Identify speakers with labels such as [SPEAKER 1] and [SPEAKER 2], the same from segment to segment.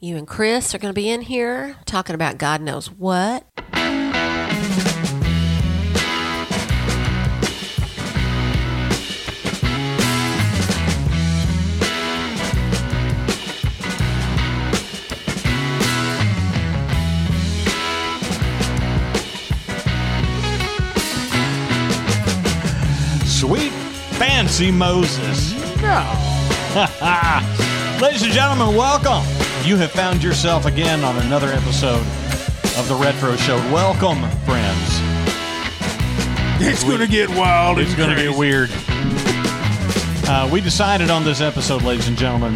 [SPEAKER 1] You and Chris are going to be in here talking about God knows what.
[SPEAKER 2] Sweet fancy Moses. Ladies and gentlemen, welcome. You have found yourself again on another episode of the Retro Show. Welcome, friends.
[SPEAKER 3] It's going to get wild.
[SPEAKER 2] It's going to get weird. Uh, we decided on this episode, ladies and gentlemen,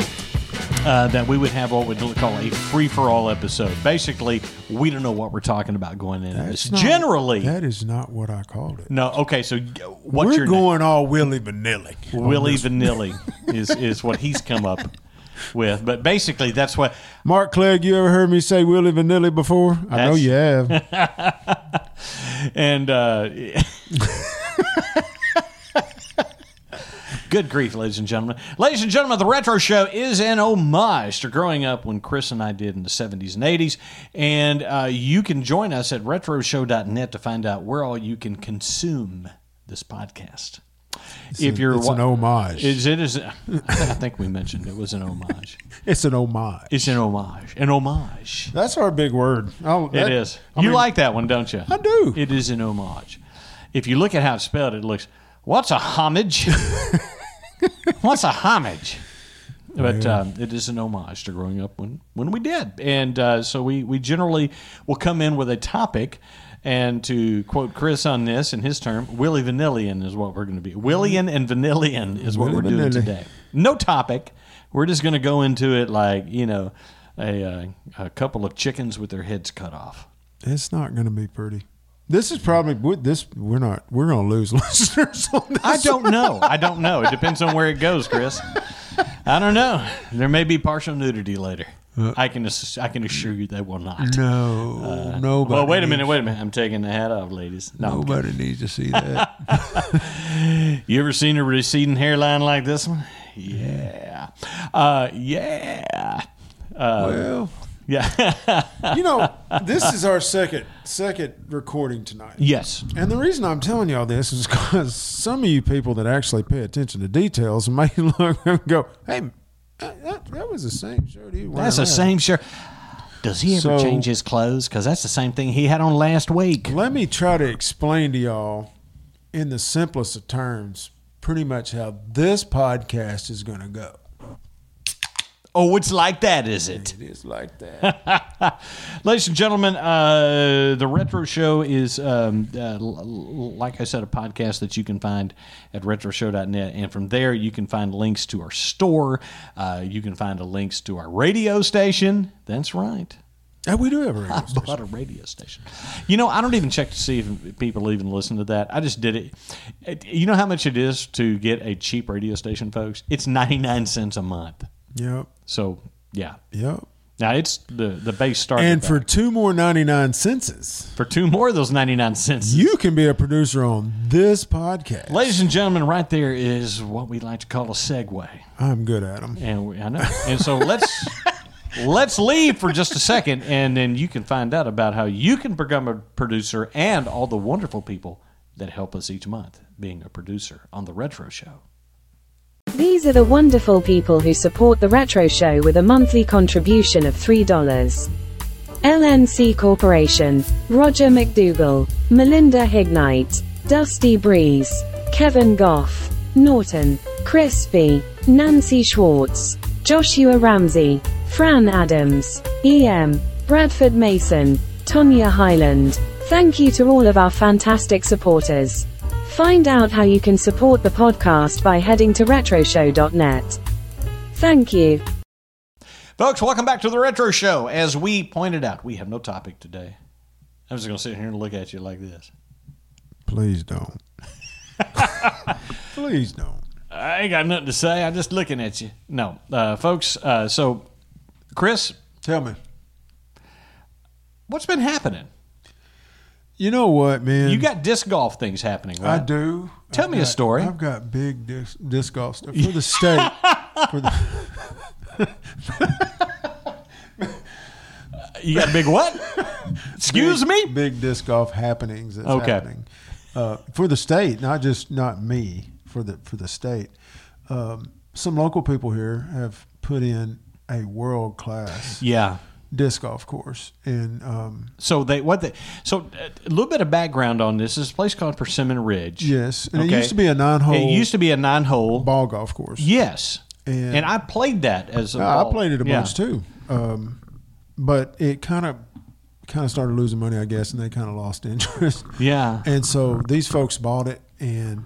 [SPEAKER 2] uh, that we would have what we would call a free for all episode. Basically, we don't know what we're talking about going into this. Generally,
[SPEAKER 3] That is not what I called it.
[SPEAKER 2] no. Okay, so y- what's
[SPEAKER 3] We're
[SPEAKER 2] your name?
[SPEAKER 3] going all Willy Vanilli.
[SPEAKER 2] Willy Vanilli is is what he's come up with. But basically, that's what
[SPEAKER 3] Mark Clegg, you ever heard me say Willy Vanilli before? I know
[SPEAKER 2] That's-
[SPEAKER 3] you have.
[SPEAKER 2] and. Uh, Good grief, ladies and gentlemen. Ladies and gentlemen, the Retro Show is an homage to growing up when Chris and I did in the 70s and 80s. And uh, you can join us at retroshow.net to find out where all you can consume this podcast. if you're
[SPEAKER 3] it's an
[SPEAKER 2] wa-
[SPEAKER 3] homage.
[SPEAKER 2] Is it is I think we mentioned it was an homage.
[SPEAKER 3] It's an homage.
[SPEAKER 2] It's an homage. An homage.
[SPEAKER 3] That's our big word. I'll-
[SPEAKER 2] it
[SPEAKER 3] that-
[SPEAKER 2] is.
[SPEAKER 3] I
[SPEAKER 2] you
[SPEAKER 3] mean,
[SPEAKER 2] like that one, don't you? I
[SPEAKER 3] do.
[SPEAKER 2] It is an homage. If you look at how it's spelled, it looks, what's a homage? what's a homage? But um, it is an homage to growing up when, when we did. And uh, so we, we generally will come in with a topic. And to quote Chris on this in his term, Willy Vanillion is what we're going to be. Willian and Vanillion is what
[SPEAKER 3] Willy
[SPEAKER 2] we're doing
[SPEAKER 3] Vanilli.
[SPEAKER 2] today. No topic. We're just going to go into it like, you know, a, uh, a couple of chickens with their heads cut off.
[SPEAKER 3] It's not going to be pretty. This is probably with this. We're not. We're going to lose listeners on this.
[SPEAKER 2] I don't know. I don't know. It depends on where it goes, Chris. I don't know. There may be partial nudity later. I can ass- I can assure you they will not.
[SPEAKER 3] No, nobody.
[SPEAKER 2] Uh, Well, wait a
[SPEAKER 3] needs-
[SPEAKER 2] minute, wait a minute. I'm taking the hat off, ladies. No, I'm
[SPEAKER 3] Nobody needs to see that.
[SPEAKER 2] kidding. you ever seen a receding hairline like this one? Yeah, uh, yeah,
[SPEAKER 3] well,
[SPEAKER 2] Uh, yeah.
[SPEAKER 3] you know, this is our second second recording tonight.
[SPEAKER 2] yes,
[SPEAKER 3] And the reason I'm telling y'all this is because some of you people that actually pay attention to details may look and go, "Hey, that, that- that was the same shirt he wore."
[SPEAKER 2] that's the same shirt. Does he ever
[SPEAKER 3] So-
[SPEAKER 2] change his clothes? Because that's the same thing he had on last week.
[SPEAKER 3] Let me try to explain to y'all in the simplest of terms, pretty much how this podcast is going to go.
[SPEAKER 2] Oh, it's like that, is it?
[SPEAKER 3] It is like that.
[SPEAKER 2] Ladies and gentlemen, uh, the Retro Show is, um, uh, l- l- like I said, a podcast that you can find at retroshow.net. And from there, you can find links to our store. Uh, you can find the links to our radio station. That's right.
[SPEAKER 3] and we do have a radio
[SPEAKER 2] I bought a radio station. You know, I don't even check to see if people even listen to that. I just did it. it. You know how much it is to get a cheap radio station, folks? It's 99 cents a month.
[SPEAKER 3] Yep,
[SPEAKER 2] So, yeah.
[SPEAKER 3] yep.
[SPEAKER 2] Now, it's the, the base starting.
[SPEAKER 3] And
[SPEAKER 2] back.
[SPEAKER 3] for two more ninety nine senses,
[SPEAKER 2] for two more of those 99 cents.
[SPEAKER 3] you can be a producer on this podcast.
[SPEAKER 2] Ladies and gentlemen, right there is what we like to call a segue.
[SPEAKER 3] I'm good at them.
[SPEAKER 2] And we, I know. And so let's let's leave for just a second and then you can find out about how you can become a producer and all the wonderful people that help us each month being a producer on the Retro Show.
[SPEAKER 4] These are the wonderful people who support the Retro Show with a monthly contribution of $3. LNC Corporation, Roger McDougall, Melinda Hignite, Dusty Breeze, Kevin Goff, Norton, Crispy, Nancy Schwartz, Joshua Ramsey, Fran Adams, EM, Bradford Mason, Tonya Highland. Thank you to all of our fantastic supporters. Find out how you can support the podcast by heading to retroshow.net. Thank you.
[SPEAKER 2] Folks, welcome back to the Retro Show. As we pointed out, we have no topic today. I'm just going to sit here and look at you like this.
[SPEAKER 3] Please don't. Please don't.
[SPEAKER 2] I ain't got nothing to say. I'm just looking at you. No, uh, folks. Uh, so, Chris,
[SPEAKER 3] Tell me.
[SPEAKER 2] what's been happening?
[SPEAKER 3] You know what, man?
[SPEAKER 2] You got disc golf things happening, right?
[SPEAKER 3] I do.
[SPEAKER 2] Tell
[SPEAKER 3] I've
[SPEAKER 2] me a
[SPEAKER 3] got-
[SPEAKER 2] story.
[SPEAKER 3] I've got big disc, disc golf stuff for the state. for the
[SPEAKER 2] you got a big what? Excuse
[SPEAKER 3] big,
[SPEAKER 2] me?
[SPEAKER 3] Big disc golf happenings that's
[SPEAKER 2] Okay.
[SPEAKER 3] happening uh, for the state, not just not me for the for the state. Um, some local people here have put in a world class
[SPEAKER 2] Yeah.
[SPEAKER 3] disc golf course, and um,
[SPEAKER 2] So they what they so uh, a little bit of background on this is a place called Persimmon Ridge.
[SPEAKER 3] yes, and it used to be a nine hole.
[SPEAKER 2] It used to be a nine hole.
[SPEAKER 3] ball golf course.
[SPEAKER 2] Yes.
[SPEAKER 3] And-
[SPEAKER 2] And, I played that as a
[SPEAKER 3] I- I
[SPEAKER 2] ball.
[SPEAKER 3] played it a
[SPEAKER 2] Yeah.
[SPEAKER 3] bunch too, um, but it kind of kind of started losing money, I guess, and they kind of lost interest.
[SPEAKER 2] Yeah.
[SPEAKER 3] And so these folks bought it, and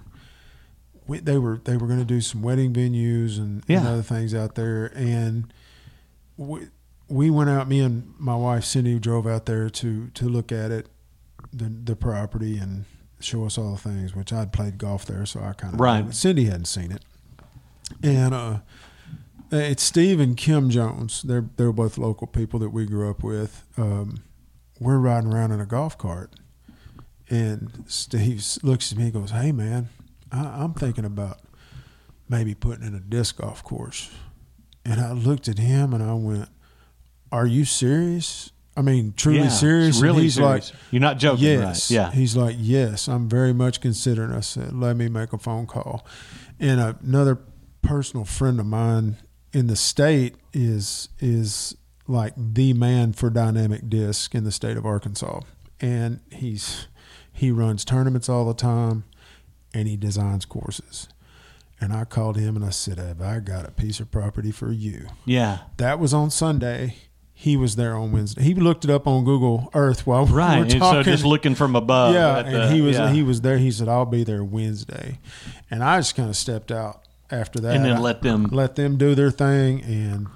[SPEAKER 3] we, they were they were going to do some wedding venues and, and
[SPEAKER 2] Yeah.
[SPEAKER 3] other things out there, and we we went out. Me and my wife Cindy drove out there to to look at it, the the property, and show us all the things. Which I'd played golf there, so I kind of
[SPEAKER 2] Right.
[SPEAKER 3] Cindy hadn't seen it, and uh, it's Steve and Kim Jones. They're they're both local people that we grew up with. Um, we're riding around in a golf cart, and Steve s- looks at me and goes, "Hey man, I, I'm thinking about maybe putting in a disc golf course." And I looked at him and I went, "Are you serious? I mean, truly
[SPEAKER 2] Yeah, it's
[SPEAKER 3] serious?" And
[SPEAKER 2] really
[SPEAKER 3] he's
[SPEAKER 2] serious.
[SPEAKER 3] like,
[SPEAKER 2] You're not joking,
[SPEAKER 3] Yes.
[SPEAKER 2] right? Yeah.
[SPEAKER 3] He's like, "Yes, I'm very much considering." I said, "Let me make a phone call." And another personal friend of mine in the state is is like the man for dynamic disc in the state of Arkansas, and he's he runs tournaments all the time, and he designs courses. And I called him and I said, "Have I got a piece of property for you?"
[SPEAKER 2] Yeah.
[SPEAKER 3] That was on Sunday. He was there on Wednesday. He looked it up on Google Earth while we
[SPEAKER 2] Right.
[SPEAKER 3] were
[SPEAKER 2] and so
[SPEAKER 3] talking.
[SPEAKER 2] just looking from above.
[SPEAKER 3] yeah,
[SPEAKER 2] at
[SPEAKER 3] and
[SPEAKER 2] the-
[SPEAKER 3] he was
[SPEAKER 2] yeah.
[SPEAKER 3] he was there. He said, "I'll be there Wednesday," and I just kind of stepped out after that,
[SPEAKER 2] And then
[SPEAKER 3] I
[SPEAKER 2] let them-
[SPEAKER 3] let them do their thing. And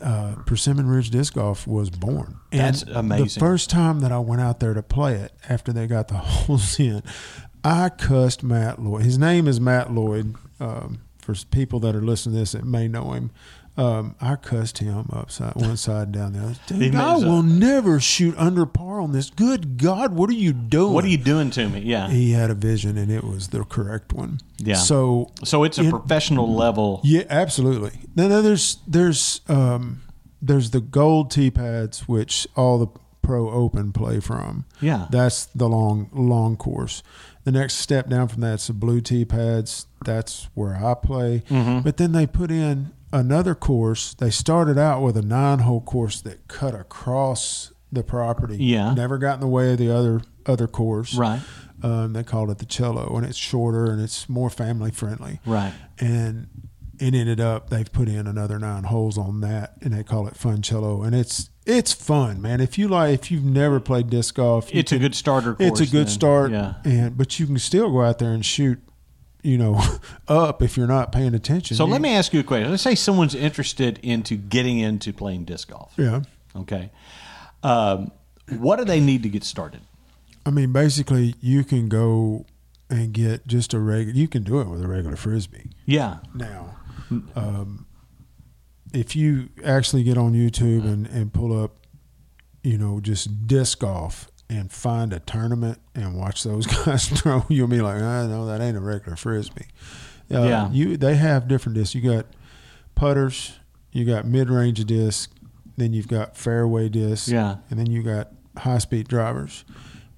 [SPEAKER 3] uh, Persimmon Ridge Disc Golf was born. And
[SPEAKER 2] That's
[SPEAKER 3] The
[SPEAKER 2] amazing.
[SPEAKER 3] first time that I went out there to play it after they got the holes in, I cussed Matt Lloyd. His name is Matt Lloyd. Um, for people that are listening to this that may know him. Um, I cussed him upside one side and down the other. Dude,
[SPEAKER 2] He
[SPEAKER 3] I
[SPEAKER 2] means, uh,
[SPEAKER 3] will never shoot under par on this. Good God, what are you doing?
[SPEAKER 2] What are you doing to me? Yeah.
[SPEAKER 3] he had a vision and it was the correct one.
[SPEAKER 2] Yeah.
[SPEAKER 3] So
[SPEAKER 2] so it's a
[SPEAKER 3] in-
[SPEAKER 2] professional level.
[SPEAKER 3] yeah, absolutely. Now, now there's there's um there's the gold tee pads which all the pro open play from.
[SPEAKER 2] Yeah.
[SPEAKER 3] That's the long long course. The next step down from that's the blue tee pads. That's where I play.
[SPEAKER 2] Mm-hmm.
[SPEAKER 3] But then they put in another course. They started out with a nine hole course that cut across the property.
[SPEAKER 2] Yeah.
[SPEAKER 3] Never got in the way of the other other course.
[SPEAKER 2] Right.
[SPEAKER 3] Um, they called it the cello, and it's shorter and it's more family friendly.
[SPEAKER 2] Right.
[SPEAKER 3] And it ended up they've put in another nine holes on that, and they call it fun cello, and it's it's fun, man. If you like, if you've never played disc golf, you
[SPEAKER 2] It's a good starter
[SPEAKER 3] It's a
[SPEAKER 2] course, then.
[SPEAKER 3] good start,
[SPEAKER 2] Yeah.
[SPEAKER 3] And but you can still go out there and shoot, you know, up if you're not paying attention.
[SPEAKER 2] So
[SPEAKER 3] You-
[SPEAKER 2] let me ask you a question. Let's say someone's interested into getting into playing disc golf.
[SPEAKER 3] yeah.
[SPEAKER 2] Okay. Um, what do they need to get started?
[SPEAKER 3] I mean, basically, you can go and get just a regular. You can do it with a regular frisbee.
[SPEAKER 2] Yeah.
[SPEAKER 3] now. Um, if you actually get on YouTube and, and pull up, you know, just disc golf and find a tournament and watch those guys throw, you'll be like, I know that ain't a regular frisbee. Uh,
[SPEAKER 2] Yeah.
[SPEAKER 3] You they have different discs. You got putters, you got mid range disc, then you've got fairway discs,
[SPEAKER 2] Yeah.
[SPEAKER 3] and then you got high speed drivers,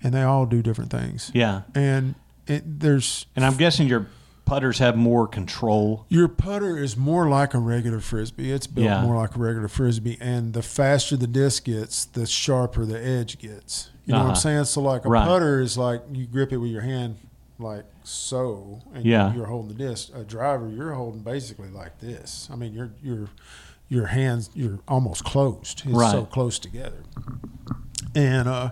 [SPEAKER 3] and they all do different things.
[SPEAKER 2] Yeah.
[SPEAKER 3] And it, there's
[SPEAKER 2] And I'm guessing your putters have more control.
[SPEAKER 3] your putter is more like a regular frisbee. It's built
[SPEAKER 2] Yeah.
[SPEAKER 3] more like a regular frisbee, and the faster the disc gets, the sharper the edge gets. You know what I'm
[SPEAKER 2] Uh-huh.
[SPEAKER 3] saying? So like a
[SPEAKER 2] Right.
[SPEAKER 3] putter is like you grip it with your hand like so, and
[SPEAKER 2] Yeah.
[SPEAKER 3] you're holding the disc. A driver, you're holding basically like this. I mean, your your your hands you're almost closed. It's
[SPEAKER 2] Right.
[SPEAKER 3] so close together. And uh,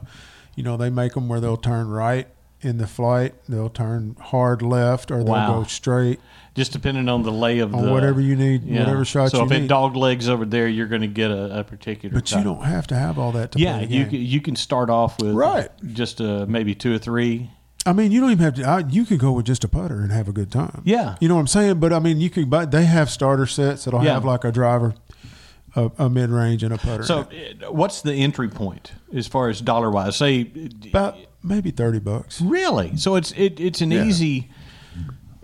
[SPEAKER 3] you know they make them where they'll turn right in the flight, they'll turn hard left, or they'll
[SPEAKER 2] Wow.
[SPEAKER 3] go straight
[SPEAKER 2] Just depending on the lay of
[SPEAKER 3] on
[SPEAKER 2] the
[SPEAKER 3] whatever you need, whatever shot
[SPEAKER 2] so
[SPEAKER 3] you
[SPEAKER 2] if
[SPEAKER 3] need.
[SPEAKER 2] it dog legs over there, you're going to get a, a particular.
[SPEAKER 3] but you
[SPEAKER 2] type.
[SPEAKER 3] don't have to have all that to
[SPEAKER 2] Yeah,
[SPEAKER 3] play the
[SPEAKER 2] you
[SPEAKER 3] game.
[SPEAKER 2] can, you can start off with
[SPEAKER 3] Right.
[SPEAKER 2] just uh, maybe two or three.
[SPEAKER 3] I mean, you don't even have to. I, you could go with just a putter and have a good time.
[SPEAKER 2] Yeah.
[SPEAKER 3] you know what I'm saying. But I mean, you could. But they have starter sets that'll
[SPEAKER 2] Yeah.
[SPEAKER 3] have like a driver, a, a mid range, and a putter.
[SPEAKER 2] So
[SPEAKER 3] in it.
[SPEAKER 2] uh, what's the entry point as far as dollar wise? Say
[SPEAKER 3] about maybe thirty bucks.
[SPEAKER 2] Really? So it's it, it's an
[SPEAKER 3] Yeah.
[SPEAKER 2] easy.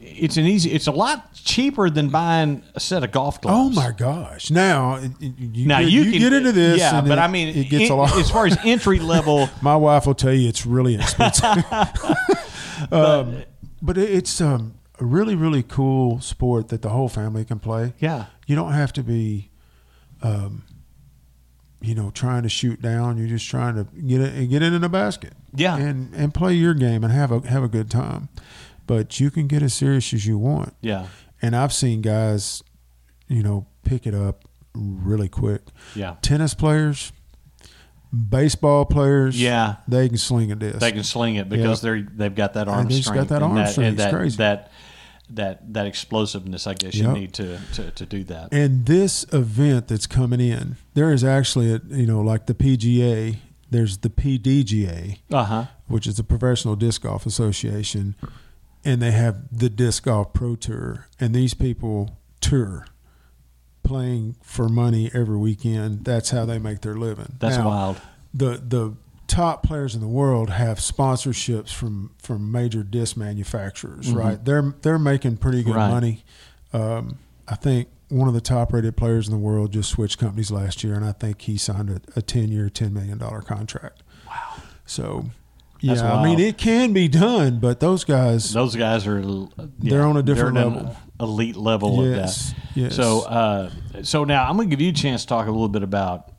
[SPEAKER 2] it's an easy. It's a lot cheaper than buying a set of golf
[SPEAKER 3] Oh
[SPEAKER 2] clubs.
[SPEAKER 3] my gosh! Now it- it- you,
[SPEAKER 2] Now
[SPEAKER 3] get,
[SPEAKER 2] you,
[SPEAKER 3] you
[SPEAKER 2] can
[SPEAKER 3] get into this.
[SPEAKER 2] yeah.
[SPEAKER 3] and
[SPEAKER 2] But
[SPEAKER 3] it-
[SPEAKER 2] I mean,
[SPEAKER 3] it gets
[SPEAKER 2] en-
[SPEAKER 3] a lot.
[SPEAKER 2] as far as entry level.
[SPEAKER 3] My wife will tell you it's really expensive. um, but it- it's um, a really, really cool sport that the whole family can play.
[SPEAKER 2] Yeah.
[SPEAKER 3] You don't have to be, um, you know, trying to shoot down. You're just trying to get it, get it in a basket.
[SPEAKER 2] Yeah.
[SPEAKER 3] And and play your game and have a have a good time. But you can get as serious as you want.
[SPEAKER 2] Yeah.
[SPEAKER 3] And I've seen guys, you know, pick it up really quick.
[SPEAKER 2] Yeah.
[SPEAKER 3] Tennis players, baseball players.
[SPEAKER 2] Yeah.
[SPEAKER 3] They can sling a disc.
[SPEAKER 2] They can sling it because they're they've got that arm
[SPEAKER 3] they just
[SPEAKER 2] strength.
[SPEAKER 3] got that
[SPEAKER 2] and
[SPEAKER 3] arm strength.
[SPEAKER 2] And
[SPEAKER 3] It's
[SPEAKER 2] that,
[SPEAKER 3] crazy.
[SPEAKER 2] that that that explosiveness. I guess
[SPEAKER 3] Yep.
[SPEAKER 2] you need to, to to do that.
[SPEAKER 3] and this event that's coming in, there is actually, a, you know, like the PGA, there's the PDGA,
[SPEAKER 2] Uh huh.
[SPEAKER 3] which is the Professional Disc Golf Association, and they have the Disc Golf Pro Tour. And these people tour playing for money every weekend. That's how they make their living.
[SPEAKER 2] That's
[SPEAKER 3] Now,
[SPEAKER 2] wild.
[SPEAKER 3] the the top players in the world have sponsorships from from major disc manufacturers, right? They're they're making pretty good
[SPEAKER 2] Mm-hmm. Right.
[SPEAKER 3] money. Um, I think one of the top rated players in the world just switched companies last year, and I think he signed a, a ten year, ten million dollar contract. Wow! So, yeah,
[SPEAKER 2] That's
[SPEAKER 3] I mean
[SPEAKER 2] wild.
[SPEAKER 3] it can be done, but those guys,
[SPEAKER 2] Those guys are l- yeah,
[SPEAKER 3] They're on a different
[SPEAKER 2] they're in
[SPEAKER 3] level.
[SPEAKER 2] an elite level
[SPEAKER 3] Yes,
[SPEAKER 2] of that.
[SPEAKER 3] yes.
[SPEAKER 2] So uh, so now I'm going to give you a chance to talk a little bit about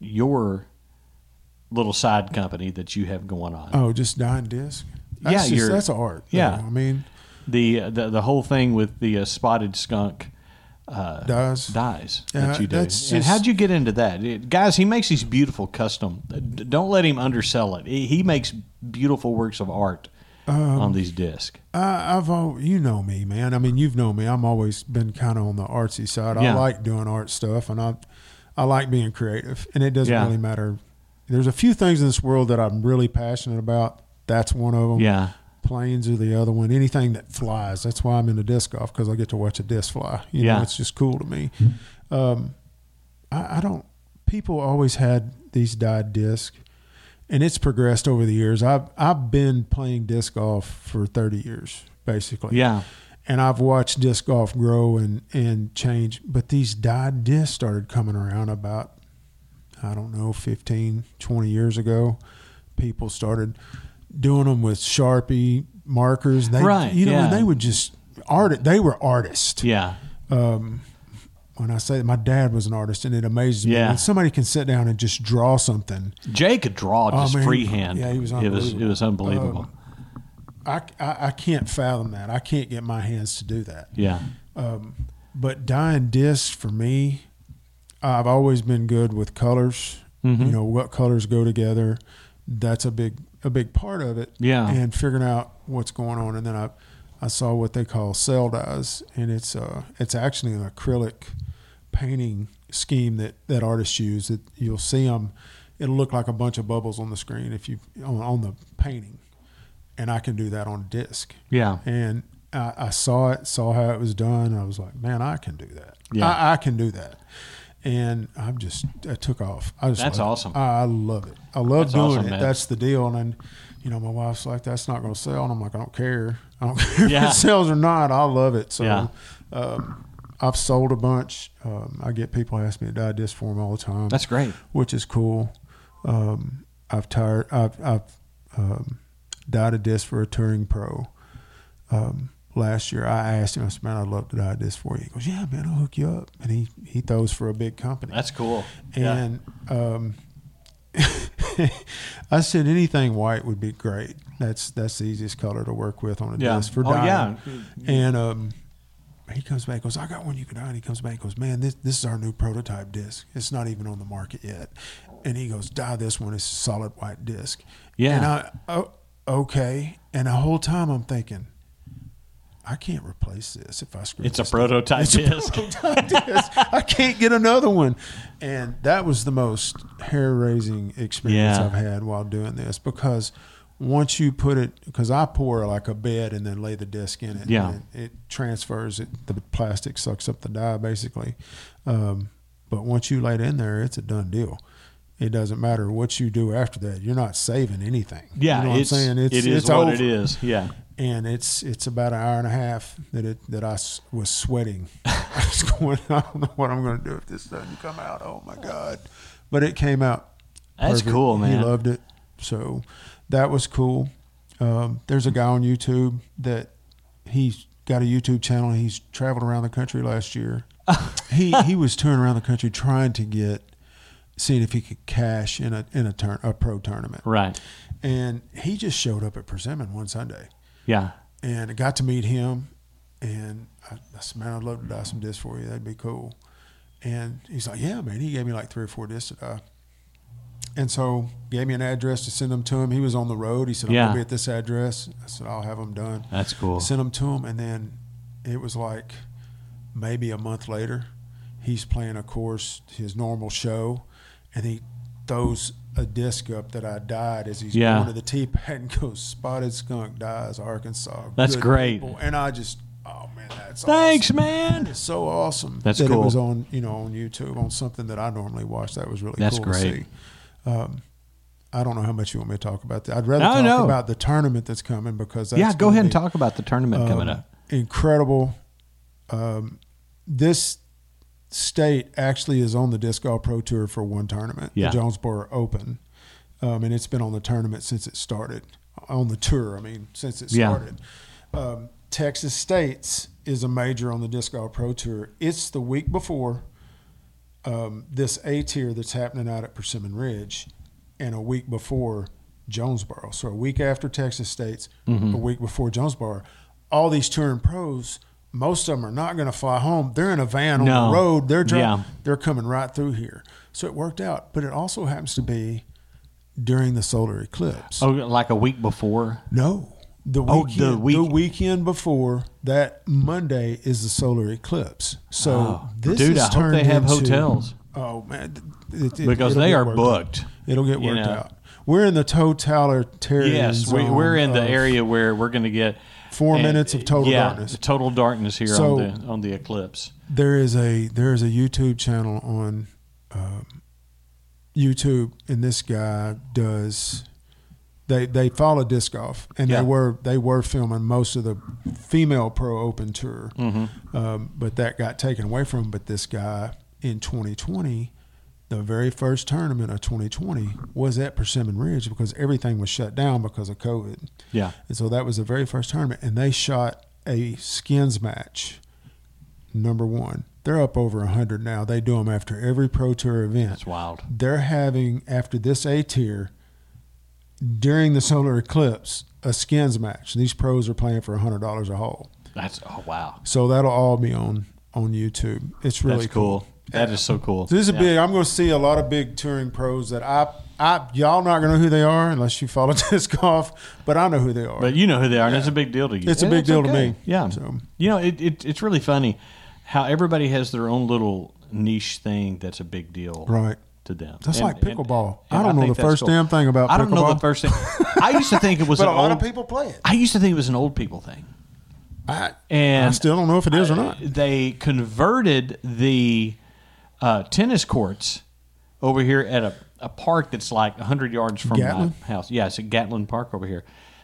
[SPEAKER 2] your little side company that you have going on.
[SPEAKER 3] oh, just dying disc. That's
[SPEAKER 2] Yeah,
[SPEAKER 3] just-
[SPEAKER 2] you're-
[SPEAKER 3] that's art.
[SPEAKER 2] yeah.
[SPEAKER 3] though. I mean,
[SPEAKER 2] The, the the whole thing with the uh, spotted skunk uh,
[SPEAKER 3] Dyes.
[SPEAKER 2] dyes
[SPEAKER 3] Yeah,
[SPEAKER 2] that you do.
[SPEAKER 3] Uh, that's
[SPEAKER 2] and
[SPEAKER 3] just-
[SPEAKER 2] how'd you get into that, It- guys? He makes these beautiful custom. d- Don't let him undersell it. He, he makes beautiful works of art
[SPEAKER 3] Um,
[SPEAKER 2] on these discs.
[SPEAKER 3] I, I've al you know me, man. I mean, you've known me. I'm always been kind of on the artsy side. I
[SPEAKER 2] Yeah.
[SPEAKER 3] like doing art stuff, and I I like being creative. And it doesn't
[SPEAKER 2] Yeah.
[SPEAKER 3] really matter. There's a few things in this world that I'm really passionate about. That's one of them.
[SPEAKER 2] Yeah.
[SPEAKER 3] Planes are the other one. Anything that flies. That's why I'm into disc golf because I get to watch a disc fly. You know,
[SPEAKER 2] Yeah. Hmm.
[SPEAKER 3] it's just cool to me. Um, I, I don't. People always had these dyed discs, and it's progressed over the years. I've I've been playing disc golf for thirty years, basically.
[SPEAKER 2] Yeah.
[SPEAKER 3] And I've watched disc golf grow and and change, but these dyed discs started coming around about I don't know 15, 20 years ago. People started doing them with Sharpie markers. They,
[SPEAKER 2] Right,
[SPEAKER 3] You know, and
[SPEAKER 2] yeah.
[SPEAKER 3] they would just art. They were artists
[SPEAKER 2] Yeah.
[SPEAKER 3] when I say that my dad was an artist, and it amazes me
[SPEAKER 2] Yeah.
[SPEAKER 3] when somebay can sit down and just draw something.
[SPEAKER 2] Jay could draw
[SPEAKER 3] Oh,
[SPEAKER 2] just
[SPEAKER 3] man, he-
[SPEAKER 2] freehand.
[SPEAKER 3] yeah, he was Um,
[SPEAKER 2] It was it was unbelievable.
[SPEAKER 3] I, I, I can't fathom that. I can't get my hands to do that.
[SPEAKER 2] yeah,
[SPEAKER 3] But dyeing discs for me, I've always been good with colors.
[SPEAKER 2] Mm-hmm.
[SPEAKER 3] You know what colors go together. That's a big a big part of it.
[SPEAKER 2] Yeah.
[SPEAKER 3] and figuring out what's going on, and then I I saw what they call cell dyes, and it's uh it's actually an acrylic painting scheme that that artists use. That you'll see them. It'll look like a bunch of bubbles on the screen if you on, on the painting, and I can do that on disc
[SPEAKER 2] yeah,
[SPEAKER 3] and I, I saw it, saw how it was done. I was like, man, I can do that.
[SPEAKER 2] Yeah.
[SPEAKER 3] I, I can do that. And I'm just, I took off. I just
[SPEAKER 2] That's
[SPEAKER 3] love it.
[SPEAKER 2] awesome.
[SPEAKER 3] I, I love it. I love
[SPEAKER 2] That's
[SPEAKER 3] doing
[SPEAKER 2] awesome,
[SPEAKER 3] it.
[SPEAKER 2] man.
[SPEAKER 3] That's the deal. And then, you know, my wife's like, that's not going to sell. And I'm like, I don't care. I don't care
[SPEAKER 2] Yeah.
[SPEAKER 3] if it sells or not. I love it. So,
[SPEAKER 2] Yeah.
[SPEAKER 3] um, I've sold a bunch. Um, I get people ask me to dye disc for them all the time
[SPEAKER 2] that's great.
[SPEAKER 3] which is cool. Um, I've tired. I've, I've um, dyed a disc for a touring pro. Um, last year, I asked him. I said, "Man, I'd love to dye a disc for you." He goes, "Yeah, man, I'll hook you up." And he he throws for a big company.
[SPEAKER 2] That's cool. yeah.
[SPEAKER 3] and um, I said anything white would be great. That's that's the easiest color to work with on a
[SPEAKER 2] Yeah.
[SPEAKER 3] disc for
[SPEAKER 2] Oh,
[SPEAKER 3] dyeing. And um, he comes back, goes, I got one you can dye. And he comes back, and goes, man, this this is our new prototype disc. It's not even on the market yet. And he goes, dye this one. It's a solid white disc.
[SPEAKER 2] Yeah.
[SPEAKER 3] And I, oh, okay. And the whole time I'm thinking, I can't replace this if I screw.
[SPEAKER 2] it's a
[SPEAKER 3] this up."
[SPEAKER 2] prototype disc.
[SPEAKER 3] Yes, I can't get another one. And that was the most hair raising experience
[SPEAKER 2] Yeah.
[SPEAKER 3] I've had while doing this because once you put it, because I pour like a bed and then lay the disc in it.
[SPEAKER 2] Yeah.
[SPEAKER 3] and It, it transfers, it, the plastic sucks up the dye basically. Um, but once you lay it in there, it's a done deal. it doesn't matter what you do after that. You're not saving anything.
[SPEAKER 2] Yeah,
[SPEAKER 3] you know what I'm
[SPEAKER 2] it's,
[SPEAKER 3] saying. It's,
[SPEAKER 2] it is
[SPEAKER 3] it's
[SPEAKER 2] what
[SPEAKER 3] over.
[SPEAKER 2] it is. Yeah.
[SPEAKER 3] and it's it's about an hour and a half that it that I s- was sweating. I was going, I don't know what I'm going to do if this doesn't come out. Oh my god! But it came out.
[SPEAKER 2] That's cool, man.
[SPEAKER 3] He loved it, so that was cool. Um, there's a guy on YouTube that he's got a YouTube channel. He's traveled around the country last year. he he was touring around the country trying to get seeing if he could cash in a in a turn a pro tournament.
[SPEAKER 2] Right.
[SPEAKER 3] And he just showed up at Persimmon one Sunday
[SPEAKER 2] Yeah.
[SPEAKER 3] and I got to meet him. And I, I said, man, I'd love to die some discs for you. That'd be cool. And he's like, yeah, man. He gave me like three or four discs to die. And so gave me an address to send them to him. He was on the road. He said, I'm
[SPEAKER 2] Yeah.
[SPEAKER 3] going to be at this address. I said, I'll have them done.
[SPEAKER 2] That's cool.
[SPEAKER 3] Sent them to him. And then it was like maybe a month later, he's playing a course, his normal show, and he throws a disc up that I died as he's
[SPEAKER 2] Yeah.
[SPEAKER 3] going to the tee pad and goes, Spotted Skunk dies, Arkansas.
[SPEAKER 2] That's
[SPEAKER 3] Good
[SPEAKER 2] great.
[SPEAKER 3] people." And I just, oh man, that's
[SPEAKER 2] Thanks,
[SPEAKER 3] awesome.
[SPEAKER 2] man.
[SPEAKER 3] It's so awesome.
[SPEAKER 2] That's
[SPEAKER 3] that
[SPEAKER 2] cool.
[SPEAKER 3] It was on, you know, on YouTube on something that I normally watch. That was really
[SPEAKER 2] That's
[SPEAKER 3] cool to
[SPEAKER 2] great.
[SPEAKER 3] see. Um, I don't know how much you want me to talk about that. I'd rather
[SPEAKER 2] No,
[SPEAKER 3] talk
[SPEAKER 2] no.
[SPEAKER 3] about the tournament that's coming because that's
[SPEAKER 2] yeah, go
[SPEAKER 3] gonna
[SPEAKER 2] ahead and
[SPEAKER 3] be-
[SPEAKER 2] talk about the tournament coming
[SPEAKER 3] um,
[SPEAKER 2] up.
[SPEAKER 3] Incredible. Um, this state actually is on the disc golf pro tour for one tournament,
[SPEAKER 2] Yeah.
[SPEAKER 3] the Jonesboro Open, um, and it's been on the tournament since it started. On the tour, I mean, since it
[SPEAKER 2] Yeah.
[SPEAKER 3] started. Um, Texas States is a major on the disc golf pro tour. It's the week before um, this A tier that's happening out at Persimmon Ridge, and a week before Jonesboro. So a week after Texas State's,
[SPEAKER 2] Mm-hmm.
[SPEAKER 3] a week before Jonesboro, all these touring pros, most of them are not going to fly home. They're in a van on
[SPEAKER 2] No.
[SPEAKER 3] the road. They're dri-
[SPEAKER 2] Yeah.
[SPEAKER 3] They're coming right through here. So it worked out, but it also happens to be during the solar eclipse.
[SPEAKER 2] Oh, like a week before.
[SPEAKER 3] No. The
[SPEAKER 2] Oh,
[SPEAKER 3] weekend,
[SPEAKER 2] the
[SPEAKER 3] the,
[SPEAKER 2] week-
[SPEAKER 3] weekend before that Monday is the solar eclipse. So
[SPEAKER 2] Oh.
[SPEAKER 3] this
[SPEAKER 2] Dude,
[SPEAKER 3] is
[SPEAKER 2] I hope
[SPEAKER 3] turned
[SPEAKER 2] they have
[SPEAKER 3] into-
[SPEAKER 2] hotels.
[SPEAKER 3] Oh man, it- it-
[SPEAKER 2] Because
[SPEAKER 3] it'll
[SPEAKER 2] they
[SPEAKER 3] get
[SPEAKER 2] are
[SPEAKER 3] worked out.
[SPEAKER 2] booked.
[SPEAKER 3] It'll get
[SPEAKER 2] You
[SPEAKER 3] worked
[SPEAKER 2] know.
[SPEAKER 3] out. We're in the totalitarian.
[SPEAKER 2] Yes, we,
[SPEAKER 3] zone
[SPEAKER 2] we're in the
[SPEAKER 3] of-
[SPEAKER 2] area where we're going to get
[SPEAKER 3] uh, Four
[SPEAKER 2] and-
[SPEAKER 3] minutes of total
[SPEAKER 2] yeah,
[SPEAKER 3] darkness.
[SPEAKER 2] Total darkness here
[SPEAKER 3] So-
[SPEAKER 2] on the on the eclipse.
[SPEAKER 3] There is a there is a YouTube channel on um, YouTube, and this guy does. They they follow disc golf, and
[SPEAKER 2] Yeah.
[SPEAKER 3] they were they were filming most of the female pro open tour, um, but that got taken away from. 'em. But this guy in 2020, the very first tournament of 2020 was at Persimmon Ridge because everything was shut down because of COVID.
[SPEAKER 2] Yeah.
[SPEAKER 3] And so that was the very first tournament. And they shot a skins match, number one. They're up over 100 now. They do them after every Pro Tour event.
[SPEAKER 2] That's wild.
[SPEAKER 3] They're having, after this A tier, during the solar eclipse, a skins match. These pros are playing for $100 a hole.
[SPEAKER 2] That's oh wow.
[SPEAKER 3] So that'll all be on, on YouTube. It's really
[SPEAKER 2] That's cool. That is so cool.
[SPEAKER 3] So this is
[SPEAKER 2] Yeah.
[SPEAKER 3] big. I'm going to see a lot of big touring pros that I, I y'all not going to know who they are unless you follow disc golf, but I know who they are.
[SPEAKER 2] But you know who they are, and it's a big deal to you.
[SPEAKER 3] It's a
[SPEAKER 2] And
[SPEAKER 3] big deal to me.
[SPEAKER 2] Yeah.
[SPEAKER 3] So-
[SPEAKER 2] You know, it, it, it's really funny how everybody has their own little niche thing that's a big deal
[SPEAKER 3] Right.
[SPEAKER 2] to them.
[SPEAKER 3] That's like pickleball. I
[SPEAKER 2] and
[SPEAKER 3] don't know
[SPEAKER 2] think
[SPEAKER 3] the
[SPEAKER 2] that's
[SPEAKER 3] first damn thing about
[SPEAKER 2] I don't know the
[SPEAKER 3] pickleball.
[SPEAKER 2] first thing. I used to think it was
[SPEAKER 3] but
[SPEAKER 2] an
[SPEAKER 3] a lot
[SPEAKER 2] old,
[SPEAKER 3] of people play it.
[SPEAKER 2] I used to think it was an old people thing.
[SPEAKER 3] I,
[SPEAKER 2] And
[SPEAKER 3] I still don't know if it is or not.
[SPEAKER 2] They converted the uh, tennis courts over here at a, a park that's like 100 yards from
[SPEAKER 3] Gatlin?
[SPEAKER 2] my house. Yeah, it's at Gatlin Park over here.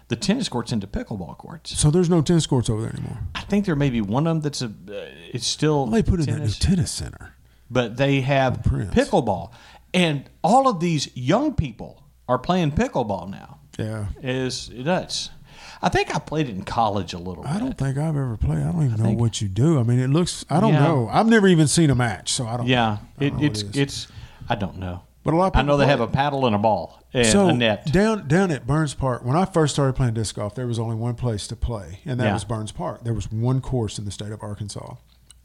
[SPEAKER 2] The tennis courts into pickleball courts.
[SPEAKER 3] So there's no tennis courts over there anymore.
[SPEAKER 2] I think there may be one of them that's a. Uh, it's still.
[SPEAKER 3] Well, they put in that new
[SPEAKER 2] tennis,
[SPEAKER 3] tennis center.
[SPEAKER 2] but they have
[SPEAKER 3] Prince.
[SPEAKER 2] pickleball, and all of these young people are playing pickleball now.
[SPEAKER 3] Yeah.
[SPEAKER 2] Is nuts. I think I played it in college a little.
[SPEAKER 3] I
[SPEAKER 2] bit.
[SPEAKER 3] don't think I've ever played. I don't even know
[SPEAKER 2] think-
[SPEAKER 3] what you do. I mean, it looks. I don't
[SPEAKER 2] Yeah.
[SPEAKER 3] know. I've never even seen a match, so I don't.
[SPEAKER 2] Yeah,
[SPEAKER 3] I
[SPEAKER 2] it,
[SPEAKER 3] don't know what
[SPEAKER 2] it's
[SPEAKER 3] it is.
[SPEAKER 2] it's. I don't know.
[SPEAKER 3] But a lot of
[SPEAKER 2] I know
[SPEAKER 3] people
[SPEAKER 2] they
[SPEAKER 3] play
[SPEAKER 2] have
[SPEAKER 3] it.
[SPEAKER 2] a paddle and a ball and
[SPEAKER 3] so
[SPEAKER 2] a net.
[SPEAKER 3] down down at Burns Park. When I first started playing disc golf, there was only one place to play, and that
[SPEAKER 2] Yeah.
[SPEAKER 3] was Burns Park. There was one course in the state of Arkansas,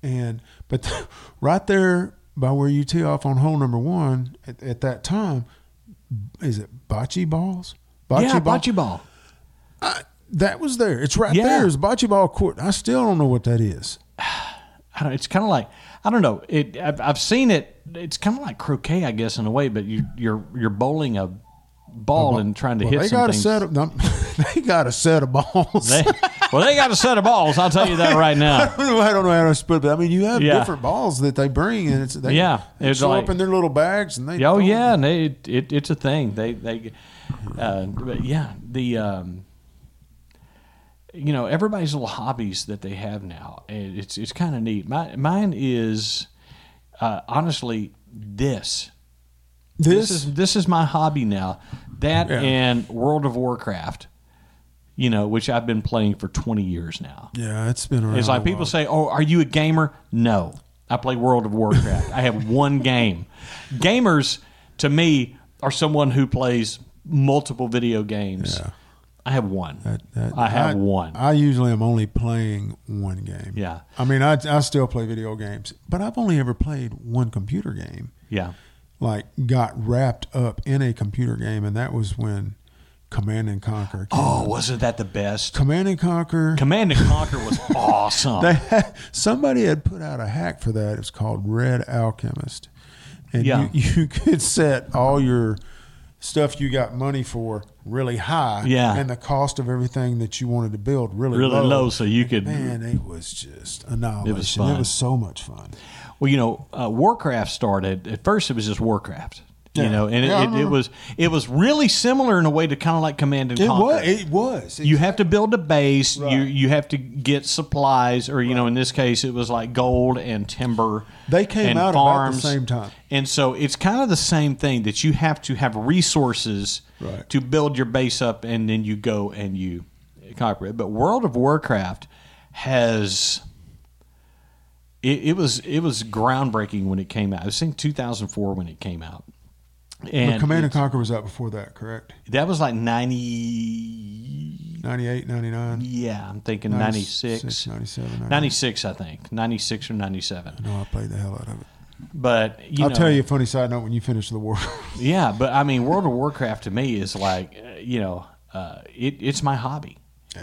[SPEAKER 3] and but right there by where you tee off on hole number one at, at that time, is it bocce balls? Bocce
[SPEAKER 2] yeah,
[SPEAKER 3] ball-
[SPEAKER 2] bocce ball.
[SPEAKER 3] That was there. It's right
[SPEAKER 2] Yeah.
[SPEAKER 3] there. It's bocce ball court. I still don't know what that is.
[SPEAKER 2] I don't, it's kind of like I don't know. It I've, I've seen it. It's kind of like croquet, I guess, in a way. But you you're you're bowling a ball and trying to
[SPEAKER 3] Well,
[SPEAKER 2] hit
[SPEAKER 3] they
[SPEAKER 2] some
[SPEAKER 3] got a
[SPEAKER 2] things.
[SPEAKER 3] set of they got a set of balls.
[SPEAKER 2] They, Well, they got a set of balls. I'll tell you that right now.
[SPEAKER 3] I don't know how to split, but I mean, you have
[SPEAKER 2] Yeah.
[SPEAKER 3] different balls that they bring, and it's they
[SPEAKER 2] Yeah,
[SPEAKER 3] they
[SPEAKER 2] it's
[SPEAKER 3] show
[SPEAKER 2] like-
[SPEAKER 3] up in their little bags, and they
[SPEAKER 2] Oh
[SPEAKER 3] throw
[SPEAKER 2] yeah,
[SPEAKER 3] them.
[SPEAKER 2] and they, it, it it's a thing. They they, uh, but yeah, the um, you know everybody's little hobbies that they have now. and It's it's kind of neat. My mine is uh, honestly this.
[SPEAKER 3] This,
[SPEAKER 2] is this is my hobby now. That
[SPEAKER 3] Yeah.
[SPEAKER 2] and World of Warcraft, you know, which I've been playing for twenty years now.
[SPEAKER 3] yeah, it's been around.
[SPEAKER 2] It's like
[SPEAKER 3] a
[SPEAKER 2] people
[SPEAKER 3] while.
[SPEAKER 2] say, "Oh, are you a gamer?" No, I play World of Warcraft. I have one game. Gamers, to me, are someone who plays multiple video games.
[SPEAKER 3] Yeah.
[SPEAKER 2] I have one.
[SPEAKER 3] That- that-
[SPEAKER 2] I have one.
[SPEAKER 3] I usually am only playing one game.
[SPEAKER 2] Yeah.
[SPEAKER 3] I mean, I I still play video games, but I've only ever played one computer game.
[SPEAKER 2] yeah,
[SPEAKER 3] Like, got wrapped up in a computer game, and that was when Command and Conquer. Came.
[SPEAKER 2] Oh, wasn't that the best?
[SPEAKER 3] Command and Conquer.
[SPEAKER 2] Command and Conquer was awesome.
[SPEAKER 3] they had, somebody had put out a hack for that. It's called Red Alchemist, and
[SPEAKER 2] Yeah.
[SPEAKER 3] you, you could set all your stuff you got money for really high,
[SPEAKER 2] Yeah.
[SPEAKER 3] and the cost of everything that you wanted to build really
[SPEAKER 2] really
[SPEAKER 3] low.
[SPEAKER 2] low, so you could.
[SPEAKER 3] Man, it was just annihilation. It was,
[SPEAKER 2] fun.
[SPEAKER 3] so much fun.
[SPEAKER 2] Well, you know, uh, Warcraft started. At first, it was just Warcraft. You
[SPEAKER 3] Yeah.
[SPEAKER 2] know, and it,
[SPEAKER 3] Yeah, I
[SPEAKER 2] it, it
[SPEAKER 3] remember.
[SPEAKER 2] was it was really similar in a way to kind of like Command and
[SPEAKER 3] It
[SPEAKER 2] Conquer.
[SPEAKER 3] was. It was.
[SPEAKER 2] you have to build a base. You
[SPEAKER 3] Right.
[SPEAKER 2] you have to get supplies, or you know, in this case, it was like gold and timber.
[SPEAKER 3] They came
[SPEAKER 2] and
[SPEAKER 3] out about the
[SPEAKER 2] farms.
[SPEAKER 3] same time.
[SPEAKER 2] and so it's kind of the same thing that you have to have resources
[SPEAKER 3] Right.
[SPEAKER 2] to build your base up, and then you go and you conquer it. But World of Warcraft has. It, it was it was groundbreaking when it came out. I was in 2004 when it came out,
[SPEAKER 3] But
[SPEAKER 2] and
[SPEAKER 3] Command and
[SPEAKER 2] it-
[SPEAKER 3] Conquer was out before that, correct?
[SPEAKER 2] that was like 90
[SPEAKER 3] 98, 99,
[SPEAKER 2] yeah, I'm thinking 96.
[SPEAKER 3] 96, 97, 98.
[SPEAKER 2] 96, I think. 96 or 97.
[SPEAKER 3] No, I played the hell out of it.
[SPEAKER 2] But, you
[SPEAKER 3] I'll
[SPEAKER 2] know,
[SPEAKER 3] tell you a funny side note when you finish the war.
[SPEAKER 2] Yeah, but I mean, World of Warcraft to me is like, uh, you know, uh, it, it's my hobby.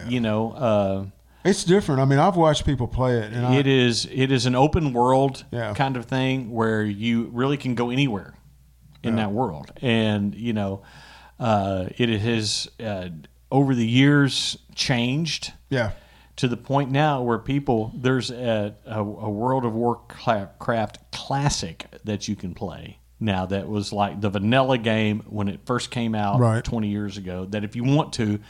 [SPEAKER 2] You know, uh,
[SPEAKER 3] it's different. I mean, I've watched people play it, and I,
[SPEAKER 2] it is it is an open world
[SPEAKER 3] Yeah.
[SPEAKER 2] kind of thing where you really can go anywhere in that world, and you know, uh, it has uh, over the years changed.
[SPEAKER 3] yeah.
[SPEAKER 2] to the point now where people there's a, a, a World of Warcraft classic that you can play now that was like the vanilla game when it first came out
[SPEAKER 3] Right.
[SPEAKER 2] 20 years ago that if you want to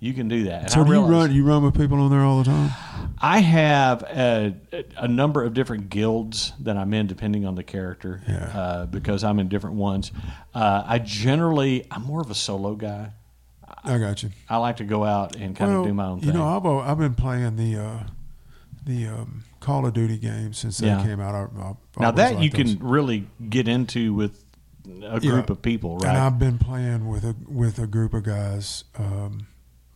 [SPEAKER 2] you can do that. And
[SPEAKER 3] So
[SPEAKER 2] I
[SPEAKER 3] do you
[SPEAKER 2] realized-
[SPEAKER 3] run you run with people on there all the time?
[SPEAKER 2] I have a, a number of different guilds that I'm in, depending on the character,
[SPEAKER 3] Yeah.
[SPEAKER 2] uh, because I'm in different ones. Uh, I generally I'm more of a solo guy.
[SPEAKER 3] I got you.
[SPEAKER 2] I like to go out and kind
[SPEAKER 3] Well,
[SPEAKER 2] of do my own thing.
[SPEAKER 3] You know, I've al- I've been playing the uh, the um, Call of Duty games since
[SPEAKER 2] Yeah.
[SPEAKER 3] they came out. I, I
[SPEAKER 2] Now
[SPEAKER 3] always
[SPEAKER 2] that
[SPEAKER 3] liked
[SPEAKER 2] you
[SPEAKER 3] those.
[SPEAKER 2] can really get into with a group
[SPEAKER 3] Yeah.
[SPEAKER 2] of people,
[SPEAKER 3] And
[SPEAKER 2] right?
[SPEAKER 3] I've been playing with a with a group of guys. Um,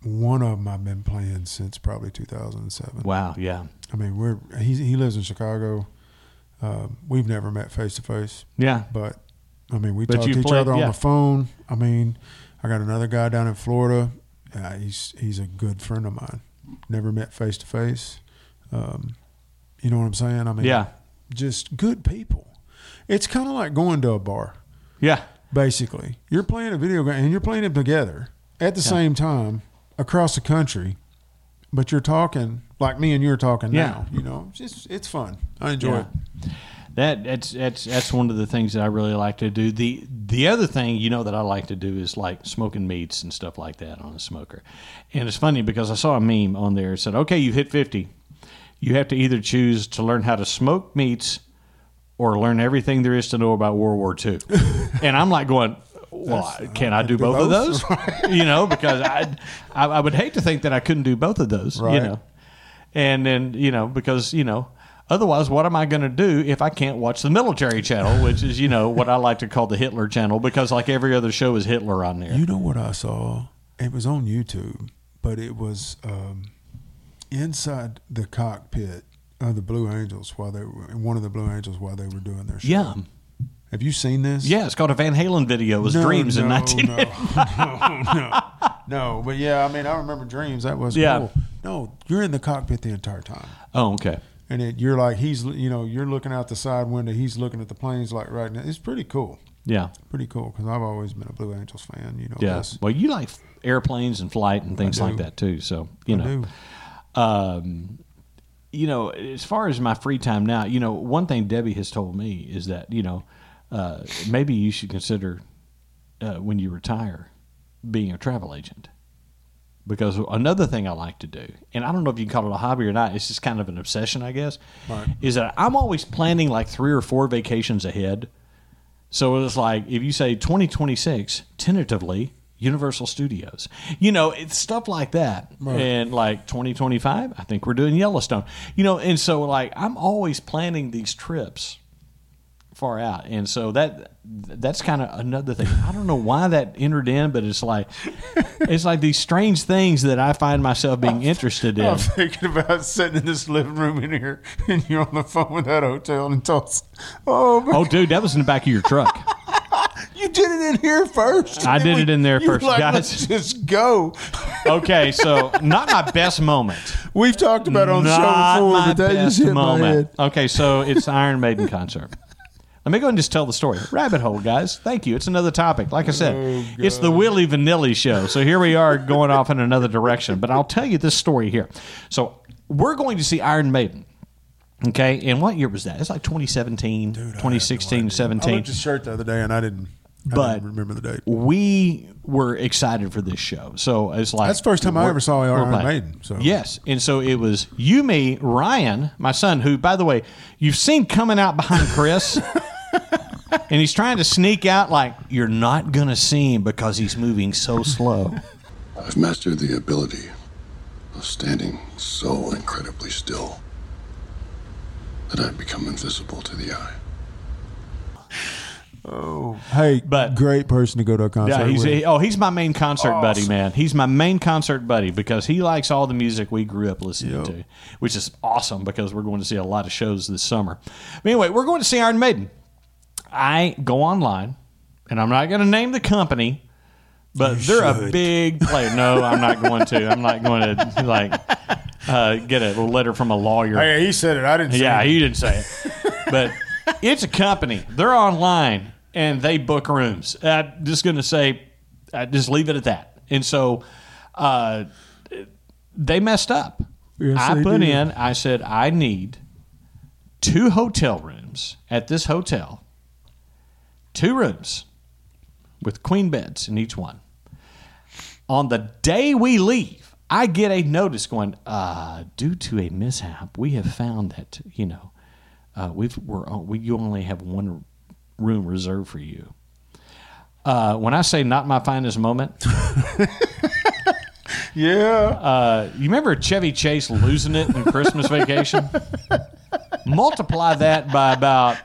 [SPEAKER 3] one of them I've been playing since probably 2007.
[SPEAKER 2] Wow, yeah,
[SPEAKER 3] I mean, we're he he lives in Chicago. Um, we've never met face to face,
[SPEAKER 2] yeah,
[SPEAKER 3] but I mean, we
[SPEAKER 2] But
[SPEAKER 3] talk to
[SPEAKER 2] you
[SPEAKER 3] each
[SPEAKER 2] play-
[SPEAKER 3] other on
[SPEAKER 2] yeah.
[SPEAKER 3] the phone. I mean, I got another guy down in Florida. Uh, he's he's a good friend of mine. Never met face to face. Um, You know what I'm saying? I mean,
[SPEAKER 2] Yeah.
[SPEAKER 3] just good people. It's kind of like going to a bar.
[SPEAKER 2] yeah,
[SPEAKER 3] Basically, you're playing a video game and you're playing them together at the same time across the country, but you're talking like me and you're talking
[SPEAKER 2] Yeah.
[SPEAKER 3] now. You know, it's just it's fun. I enjoy
[SPEAKER 2] Yeah.
[SPEAKER 3] it.
[SPEAKER 2] that that's that's that's one of the things that I really like to do. the The other thing you know that I like to do is like smoking meats and stuff like that on a smoker. And it's funny because I saw a meme on there. It said, "Okay, you hit fifty. You have to either choose to learn how to smoke meats or learn everything there is to know about World War II." and I'm like going. Well, I- can I do, both, of those? you know, because I, I I would hate to think that I couldn't do both of those. You
[SPEAKER 3] Right.
[SPEAKER 2] know, and then you know because you know otherwise what am i going to do if i can't watch the military channel which is you know what i like to call the hitler channel because like every other show is hitler on there
[SPEAKER 3] You know what I saw? It was on YouTube, but it was um, inside the cockpit of the Blue Angels while they were one of the Blue Angels while they were doing their show.
[SPEAKER 2] yeah
[SPEAKER 3] Have you seen this?
[SPEAKER 2] yeah it's called a van halen video it was
[SPEAKER 3] No,
[SPEAKER 2] dreams in
[SPEAKER 3] no,
[SPEAKER 2] 19
[SPEAKER 3] no, no, no, no. But yeah, I mean, I remember dreams. That was
[SPEAKER 2] Yeah.
[SPEAKER 3] cool. No, you're in the cockpit the entire time,
[SPEAKER 2] oh okay
[SPEAKER 3] and it, you're like he's, you know, you're looking out the side window. He's looking at the planes like right now. It's pretty cool,
[SPEAKER 2] yeah
[SPEAKER 3] pretty cool. Because I've always been a Blue Angels fan. You know
[SPEAKER 2] yeah
[SPEAKER 3] this.
[SPEAKER 2] well you like airplanes and flight and things like
[SPEAKER 3] do.
[SPEAKER 2] that too so you
[SPEAKER 3] I
[SPEAKER 2] know
[SPEAKER 3] do.
[SPEAKER 2] Um, you know, as far as my free time now, you know, one thing Debbie has told me is that you know, uh, maybe you should consider uh, when you retire being a travel agent. Because another thing I like to do, and I don't know if you can call it a hobby or not, it's just kind of an obsession, I guess,
[SPEAKER 3] Right.
[SPEAKER 2] is that I'm always planning like three or four vacations ahead. So it's like if you say 2026, tentatively, Universal Studios. You know, it's stuff like that. And like 2025, I think we're doing Yellowstone. You know, and so like I'm always planning these trips far out. And so that that's kind of another thing. I don't know why that entered in, but it's like it's like these strange things that I find myself being interested in.
[SPEAKER 5] I'm thinking about sitting in this living room in here, and you're on the phone with that hotel and toss. Oh, but
[SPEAKER 2] Oh dude, that was in the back of your truck.
[SPEAKER 5] you did it in here first.
[SPEAKER 2] Oh. I did it in there
[SPEAKER 5] You were
[SPEAKER 2] first,
[SPEAKER 5] like,
[SPEAKER 2] guys.
[SPEAKER 5] Let's just go.
[SPEAKER 2] Okay, so not my best moment.
[SPEAKER 5] We've talked about it on the
[SPEAKER 2] Not
[SPEAKER 5] show before,
[SPEAKER 2] my
[SPEAKER 5] but that just
[SPEAKER 2] best
[SPEAKER 5] hit my head.
[SPEAKER 2] moment. Okay, so it's the Iron Maiden concert. Let me go ahead and just tell the story. Rabbit hole, guys. Thank you. It's another topic. Like I said,
[SPEAKER 3] Oh,
[SPEAKER 2] it's the Willy Vanilli show. So here we are going off in another direction. But I'll tell you this story here. So we're going to see Iron Maiden. Okay, and what year was that? It's like 2017, 2016,
[SPEAKER 3] I
[SPEAKER 2] 17
[SPEAKER 3] looked at his shirt the other day and I didn't. I
[SPEAKER 2] But-
[SPEAKER 3] didn't remember the date.
[SPEAKER 2] we were excited for this show. So it's like
[SPEAKER 3] That's the first time I
[SPEAKER 2] we're-
[SPEAKER 3] ever saw Iron
[SPEAKER 2] we're playing.
[SPEAKER 3] Maiden, so.
[SPEAKER 2] yes, and so it was you, me, Ryan, my son, who by the way you've seen coming out behind Chris. And he's trying to sneak out like you're not gonna see him because he's moving so slow.
[SPEAKER 6] I've mastered the ability of standing so incredibly still that I've become invisible to the eye.
[SPEAKER 3] Hey,
[SPEAKER 2] But-
[SPEAKER 3] great person to go to a concert.
[SPEAKER 2] Yeah, he's
[SPEAKER 3] with.
[SPEAKER 2] he- oh he's my main concert buddy, man. He's my main concert buddy because he likes all the music we grew up listening to, which is awesome because we're going to see a lot of shows this summer. But anyway, we're going to see Iron Maiden. I go online, and I'm not going to name the company, but they're a big player. No, I'm not going to. I'm not going to like uh, get a letter from a lawyer.
[SPEAKER 5] Hey, he said it. I didn't. say
[SPEAKER 2] Yeah,
[SPEAKER 5] it.
[SPEAKER 2] he didn't say it. but it's a company. They're online and they book rooms. I'm just going to say, I just leave it at that. And so uh, they messed up.
[SPEAKER 3] Yes,
[SPEAKER 2] I
[SPEAKER 3] they
[SPEAKER 2] put
[SPEAKER 3] did.
[SPEAKER 2] in, I said, I need two hotel rooms at this hotel, two rooms with queen beds in each one. On the day we leave, I get a notice going, uh, due to a mishap, we have found that, you know, uh, we've, we're, on- we, you only have one room reserved for you. Uh, when I say not my finest moment,
[SPEAKER 5] Yeah.
[SPEAKER 2] uh, you remember Chevy Chase losing it in Christmas Vacation? Multiply that by about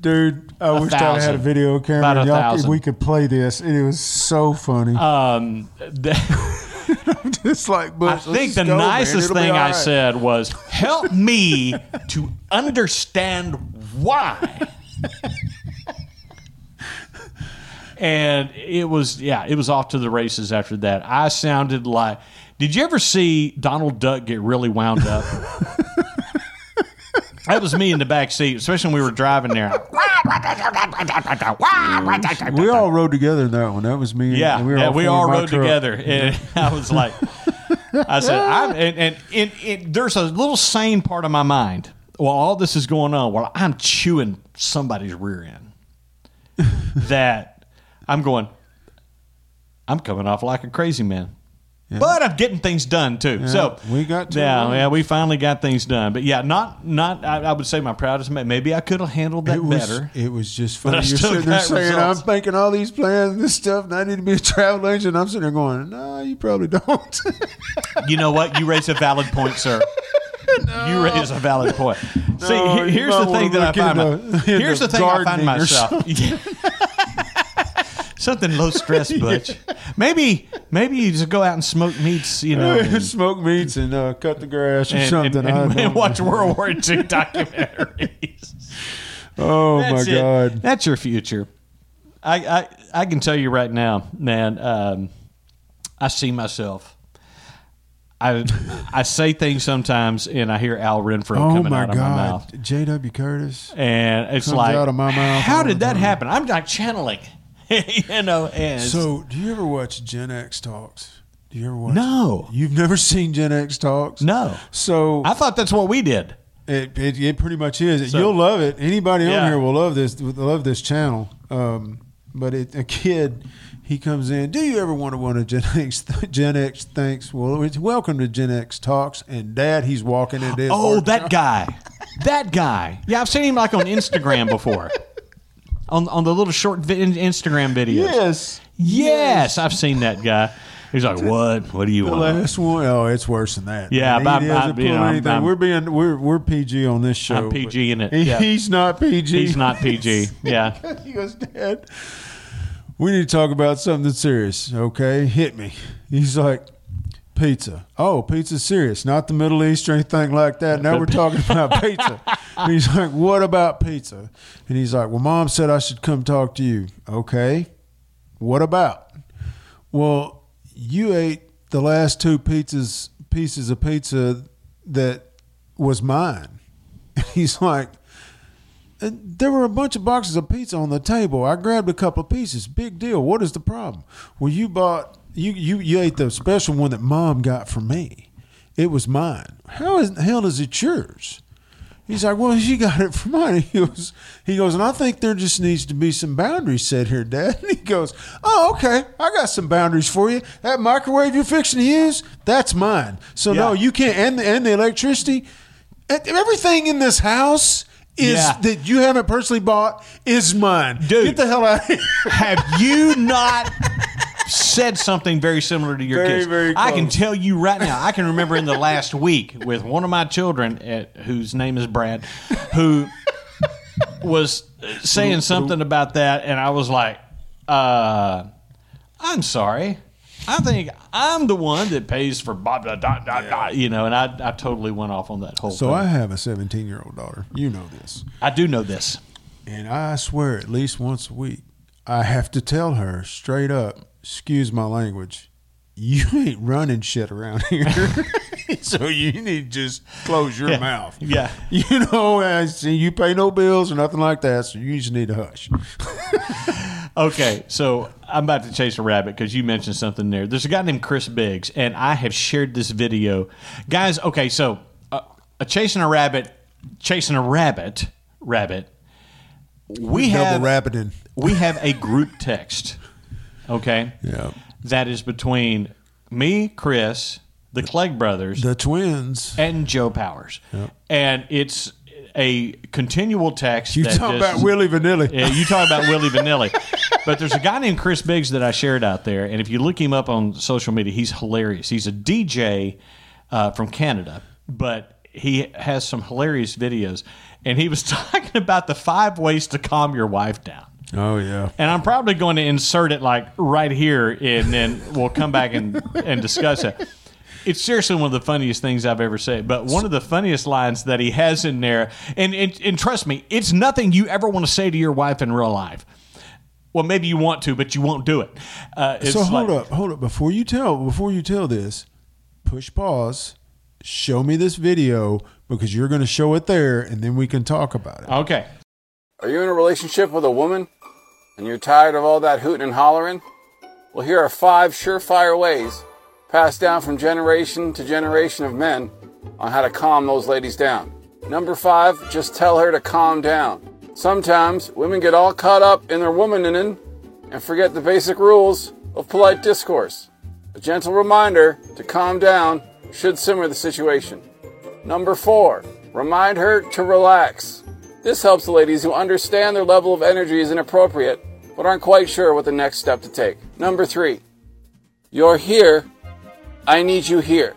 [SPEAKER 5] Dude, I
[SPEAKER 2] A
[SPEAKER 5] wish I had a
[SPEAKER 2] thousand.
[SPEAKER 5] video camera.
[SPEAKER 2] About a
[SPEAKER 5] and y'all-
[SPEAKER 2] thousand.
[SPEAKER 5] we could play this. It was so funny.
[SPEAKER 2] um, the-
[SPEAKER 5] it's like, but
[SPEAKER 2] I think the nicest thing I said was, "Help me to understand why." and it was yeah, it was off to the races after that. I sounded like Did you ever see Donald Duck get really wound up? that was me in the back seat, especially when we were driving there.
[SPEAKER 3] we all rode together in that one. That was me.
[SPEAKER 2] Yeah,
[SPEAKER 3] and
[SPEAKER 2] we,
[SPEAKER 3] were
[SPEAKER 2] yeah, we
[SPEAKER 3] four in
[SPEAKER 2] all
[SPEAKER 3] my
[SPEAKER 2] rode
[SPEAKER 3] truck.
[SPEAKER 2] together, and I was like, I said, I'm, and, and, and, and there's a little sane part of my mind while all this is going on, while I'm chewing somebody's rear end, that I'm going, I'm coming off like a crazy man. But I'm getting things done too. so
[SPEAKER 3] we got to
[SPEAKER 2] yeah,
[SPEAKER 3] it.
[SPEAKER 2] yeah, we finally got things done. But yeah, not not. I, I would say my proudest moment. Maybe I could have handled that
[SPEAKER 3] It was,
[SPEAKER 2] better.
[SPEAKER 3] It was just
[SPEAKER 2] I
[SPEAKER 3] funny. You're
[SPEAKER 2] still
[SPEAKER 3] sitting there
[SPEAKER 2] got
[SPEAKER 3] saying,
[SPEAKER 2] results.
[SPEAKER 3] "I'm making all these plans and this stuff, and I need to be a travel agent." I'm sitting there going, "No, you probably don't."
[SPEAKER 2] you know what? You raise a valid point, sir. You raise a valid point. See,
[SPEAKER 3] No,
[SPEAKER 2] he-
[SPEAKER 3] you
[SPEAKER 2] here's
[SPEAKER 3] might
[SPEAKER 2] the
[SPEAKER 3] wanna
[SPEAKER 2] thing that I
[SPEAKER 3] look
[SPEAKER 2] find.
[SPEAKER 3] into-
[SPEAKER 2] my- here's
[SPEAKER 3] into
[SPEAKER 2] the thing I find
[SPEAKER 3] gardening or
[SPEAKER 2] myself. Something low stress, Butch. Maybe, maybe you just go out and smoke meats, you know, and,
[SPEAKER 3] Smoke meats and uh, cut the grass or
[SPEAKER 2] and-
[SPEAKER 3] something.
[SPEAKER 2] and-
[SPEAKER 3] I
[SPEAKER 2] and-
[SPEAKER 3] don't
[SPEAKER 2] and watch
[SPEAKER 3] know.
[SPEAKER 2] World War II documentaries.
[SPEAKER 3] Oh my
[SPEAKER 2] That's it.
[SPEAKER 3] god!
[SPEAKER 2] That's your future. I, I I can tell you right now, man. Um, I see myself. I I say things sometimes, and I hear Al Renfro
[SPEAKER 3] Oh
[SPEAKER 2] coming
[SPEAKER 3] my
[SPEAKER 2] out of my mouth,
[SPEAKER 3] god! J.W. Curtis.
[SPEAKER 2] and it's
[SPEAKER 3] Comes
[SPEAKER 2] like,
[SPEAKER 3] out of my mouth
[SPEAKER 2] how
[SPEAKER 3] all the
[SPEAKER 2] did that
[SPEAKER 3] time.
[SPEAKER 2] happen? I'm not channeling, you know. And
[SPEAKER 3] So, do you ever watch Gen X talks? Do you ever watch?
[SPEAKER 2] No.
[SPEAKER 3] You've never seen Gen X Talks?
[SPEAKER 2] No.
[SPEAKER 3] So
[SPEAKER 2] I thought that's what we did.
[SPEAKER 3] It, it, it pretty much is.
[SPEAKER 2] So-
[SPEAKER 3] You'll love it. Anybody
[SPEAKER 2] Yeah.
[SPEAKER 3] on here will love this. will Love this channel. Um, but it, a kid, he comes in. Do you ever want to want a Gen X? Gen X thanks. Well, it's welcome to Gen X talks. And Dad, he's walking in. this
[SPEAKER 2] Oh,
[SPEAKER 3] hard
[SPEAKER 2] that guy. That guy. Yeah, I've seen him like on Instagram before. On, on the little short vi- in- Instagram videos.
[SPEAKER 5] Yes.
[SPEAKER 2] Yes, I've seen that guy. He's like, "What? What do you
[SPEAKER 3] The
[SPEAKER 2] want?"
[SPEAKER 3] last one, oh, it's worse than that.
[SPEAKER 2] Yeah,
[SPEAKER 3] Man, he
[SPEAKER 2] but I'm-
[SPEAKER 3] doesn't
[SPEAKER 2] I'm- you
[SPEAKER 3] pull
[SPEAKER 2] know, I'm-
[SPEAKER 3] anything.
[SPEAKER 2] I'm-
[SPEAKER 3] we're being we're we're PG on this show.
[SPEAKER 2] I'm
[SPEAKER 3] but
[SPEAKER 2] PG in it.
[SPEAKER 3] he-
[SPEAKER 2] Yeah.
[SPEAKER 3] He's not PG.
[SPEAKER 2] He's not PG. Yeah.
[SPEAKER 3] he goes, Dad, we need to talk about something that's serious. Okay, hit me. He's like, pizza. Oh, pizza's serious, not the Middle East or anything like that. Now we're talking about pizza. And he's like, what about pizza? And he's like, well, Mom said I should come talk to you. Okay, what about? Well, you ate the last two pizzas pieces of pizza that was mine. And he's like, and there were a bunch of boxes of pizza on the table. I grabbed a couple of pieces. Big deal. What is the problem? Well, you bought you you you ate the special one that mom got for me. It was mine. How in the hell is it yours? He's like, well, she got it for mine. He goes, he goes, and I think there just needs to be some boundaries set here, Dad. And he goes, oh, okay, I got some boundaries for you. That microwave you're fixing to use, that's mine. So no,
[SPEAKER 2] Yeah.
[SPEAKER 3] you can't. And the, and the electricity, and everything in this house is
[SPEAKER 2] Yeah.
[SPEAKER 3] that you haven't personally bought is mine.
[SPEAKER 2] Dude.
[SPEAKER 3] Get the hell out of here.
[SPEAKER 2] Have you not said something very similar to your
[SPEAKER 3] Very,
[SPEAKER 2] kids?
[SPEAKER 3] very
[SPEAKER 2] I can
[SPEAKER 3] close.
[SPEAKER 2] tell you right now. I can remember in the last week with one of my children, at, whose name is Brad, who was saying something about that, and I was like, uh, "I'm sorry." I think I'm the one that pays for blah blah blah blah, blah you know, and I, I totally went off on that whole
[SPEAKER 3] So
[SPEAKER 2] thing.
[SPEAKER 3] I have a 17 year old daughter. You know this.
[SPEAKER 2] I do know this.
[SPEAKER 3] And I swear at least once a week, I have to tell her straight up, excuse my language, you ain't running shit around here. so you need to just close your
[SPEAKER 2] Yeah.
[SPEAKER 3] mouth.
[SPEAKER 2] Yeah.
[SPEAKER 3] You know, I see you pay no bills or nothing like that, so you just need to hush.
[SPEAKER 2] Okay, so I'm about to chase a rabbit because you mentioned something there. There's a guy named Chris Biggs, and I have shared this video, guys. Okay, so uh, a chasing a rabbit, chasing a rabbit, rabbit. We have
[SPEAKER 3] Double rabbiting.
[SPEAKER 2] we have a group text. Okay,
[SPEAKER 3] Yeah.
[SPEAKER 2] that is between me, Chris, the Clegg brothers,
[SPEAKER 3] The twins.
[SPEAKER 2] and Joe Powers, and it's a continual text.
[SPEAKER 3] You
[SPEAKER 2] that
[SPEAKER 3] talk
[SPEAKER 2] just-
[SPEAKER 3] about Willie Vanilli.
[SPEAKER 2] yeah, you talk about Willie Vanilli. But there's a guy named Chris Biggs that I shared out there, and if you look him up on social media, he's hilarious. He's a DJ uh, from Canada, but he has some hilarious videos. And he was talking about the five ways to calm your wife down.
[SPEAKER 3] Oh, yeah.
[SPEAKER 2] And I'm probably going to insert it like right here, and then we'll come back and, and discuss it. It's seriously one of the funniest things I've ever said. But one of the funniest lines that he has in there, and, and, and trust me, it's nothing you ever want to say to your wife in real life. Well, maybe you want to, but you won't do it. Uh, it's
[SPEAKER 3] so hold
[SPEAKER 2] like-
[SPEAKER 3] up, hold up. Before you tell, before you tell this, push pause. Show me this video because you're going to show it there, and then we can talk about it.
[SPEAKER 2] Okay.
[SPEAKER 7] Are you in a relationship with a woman and you're tired of all that hooting and hollering? Well, here are five surefire ways passed down from generation to generation of men on how to calm those ladies down. Number five, just tell her to calm down. Sometimes women get all caught up in their womaning and forget the basic rules of polite discourse. A gentle reminder to calm down should simmer the situation. Number four, remind her to relax. This helps the ladies who understand their level of energy is inappropriate but aren't quite sure what the next step to take. Number three, you're here, I need you here.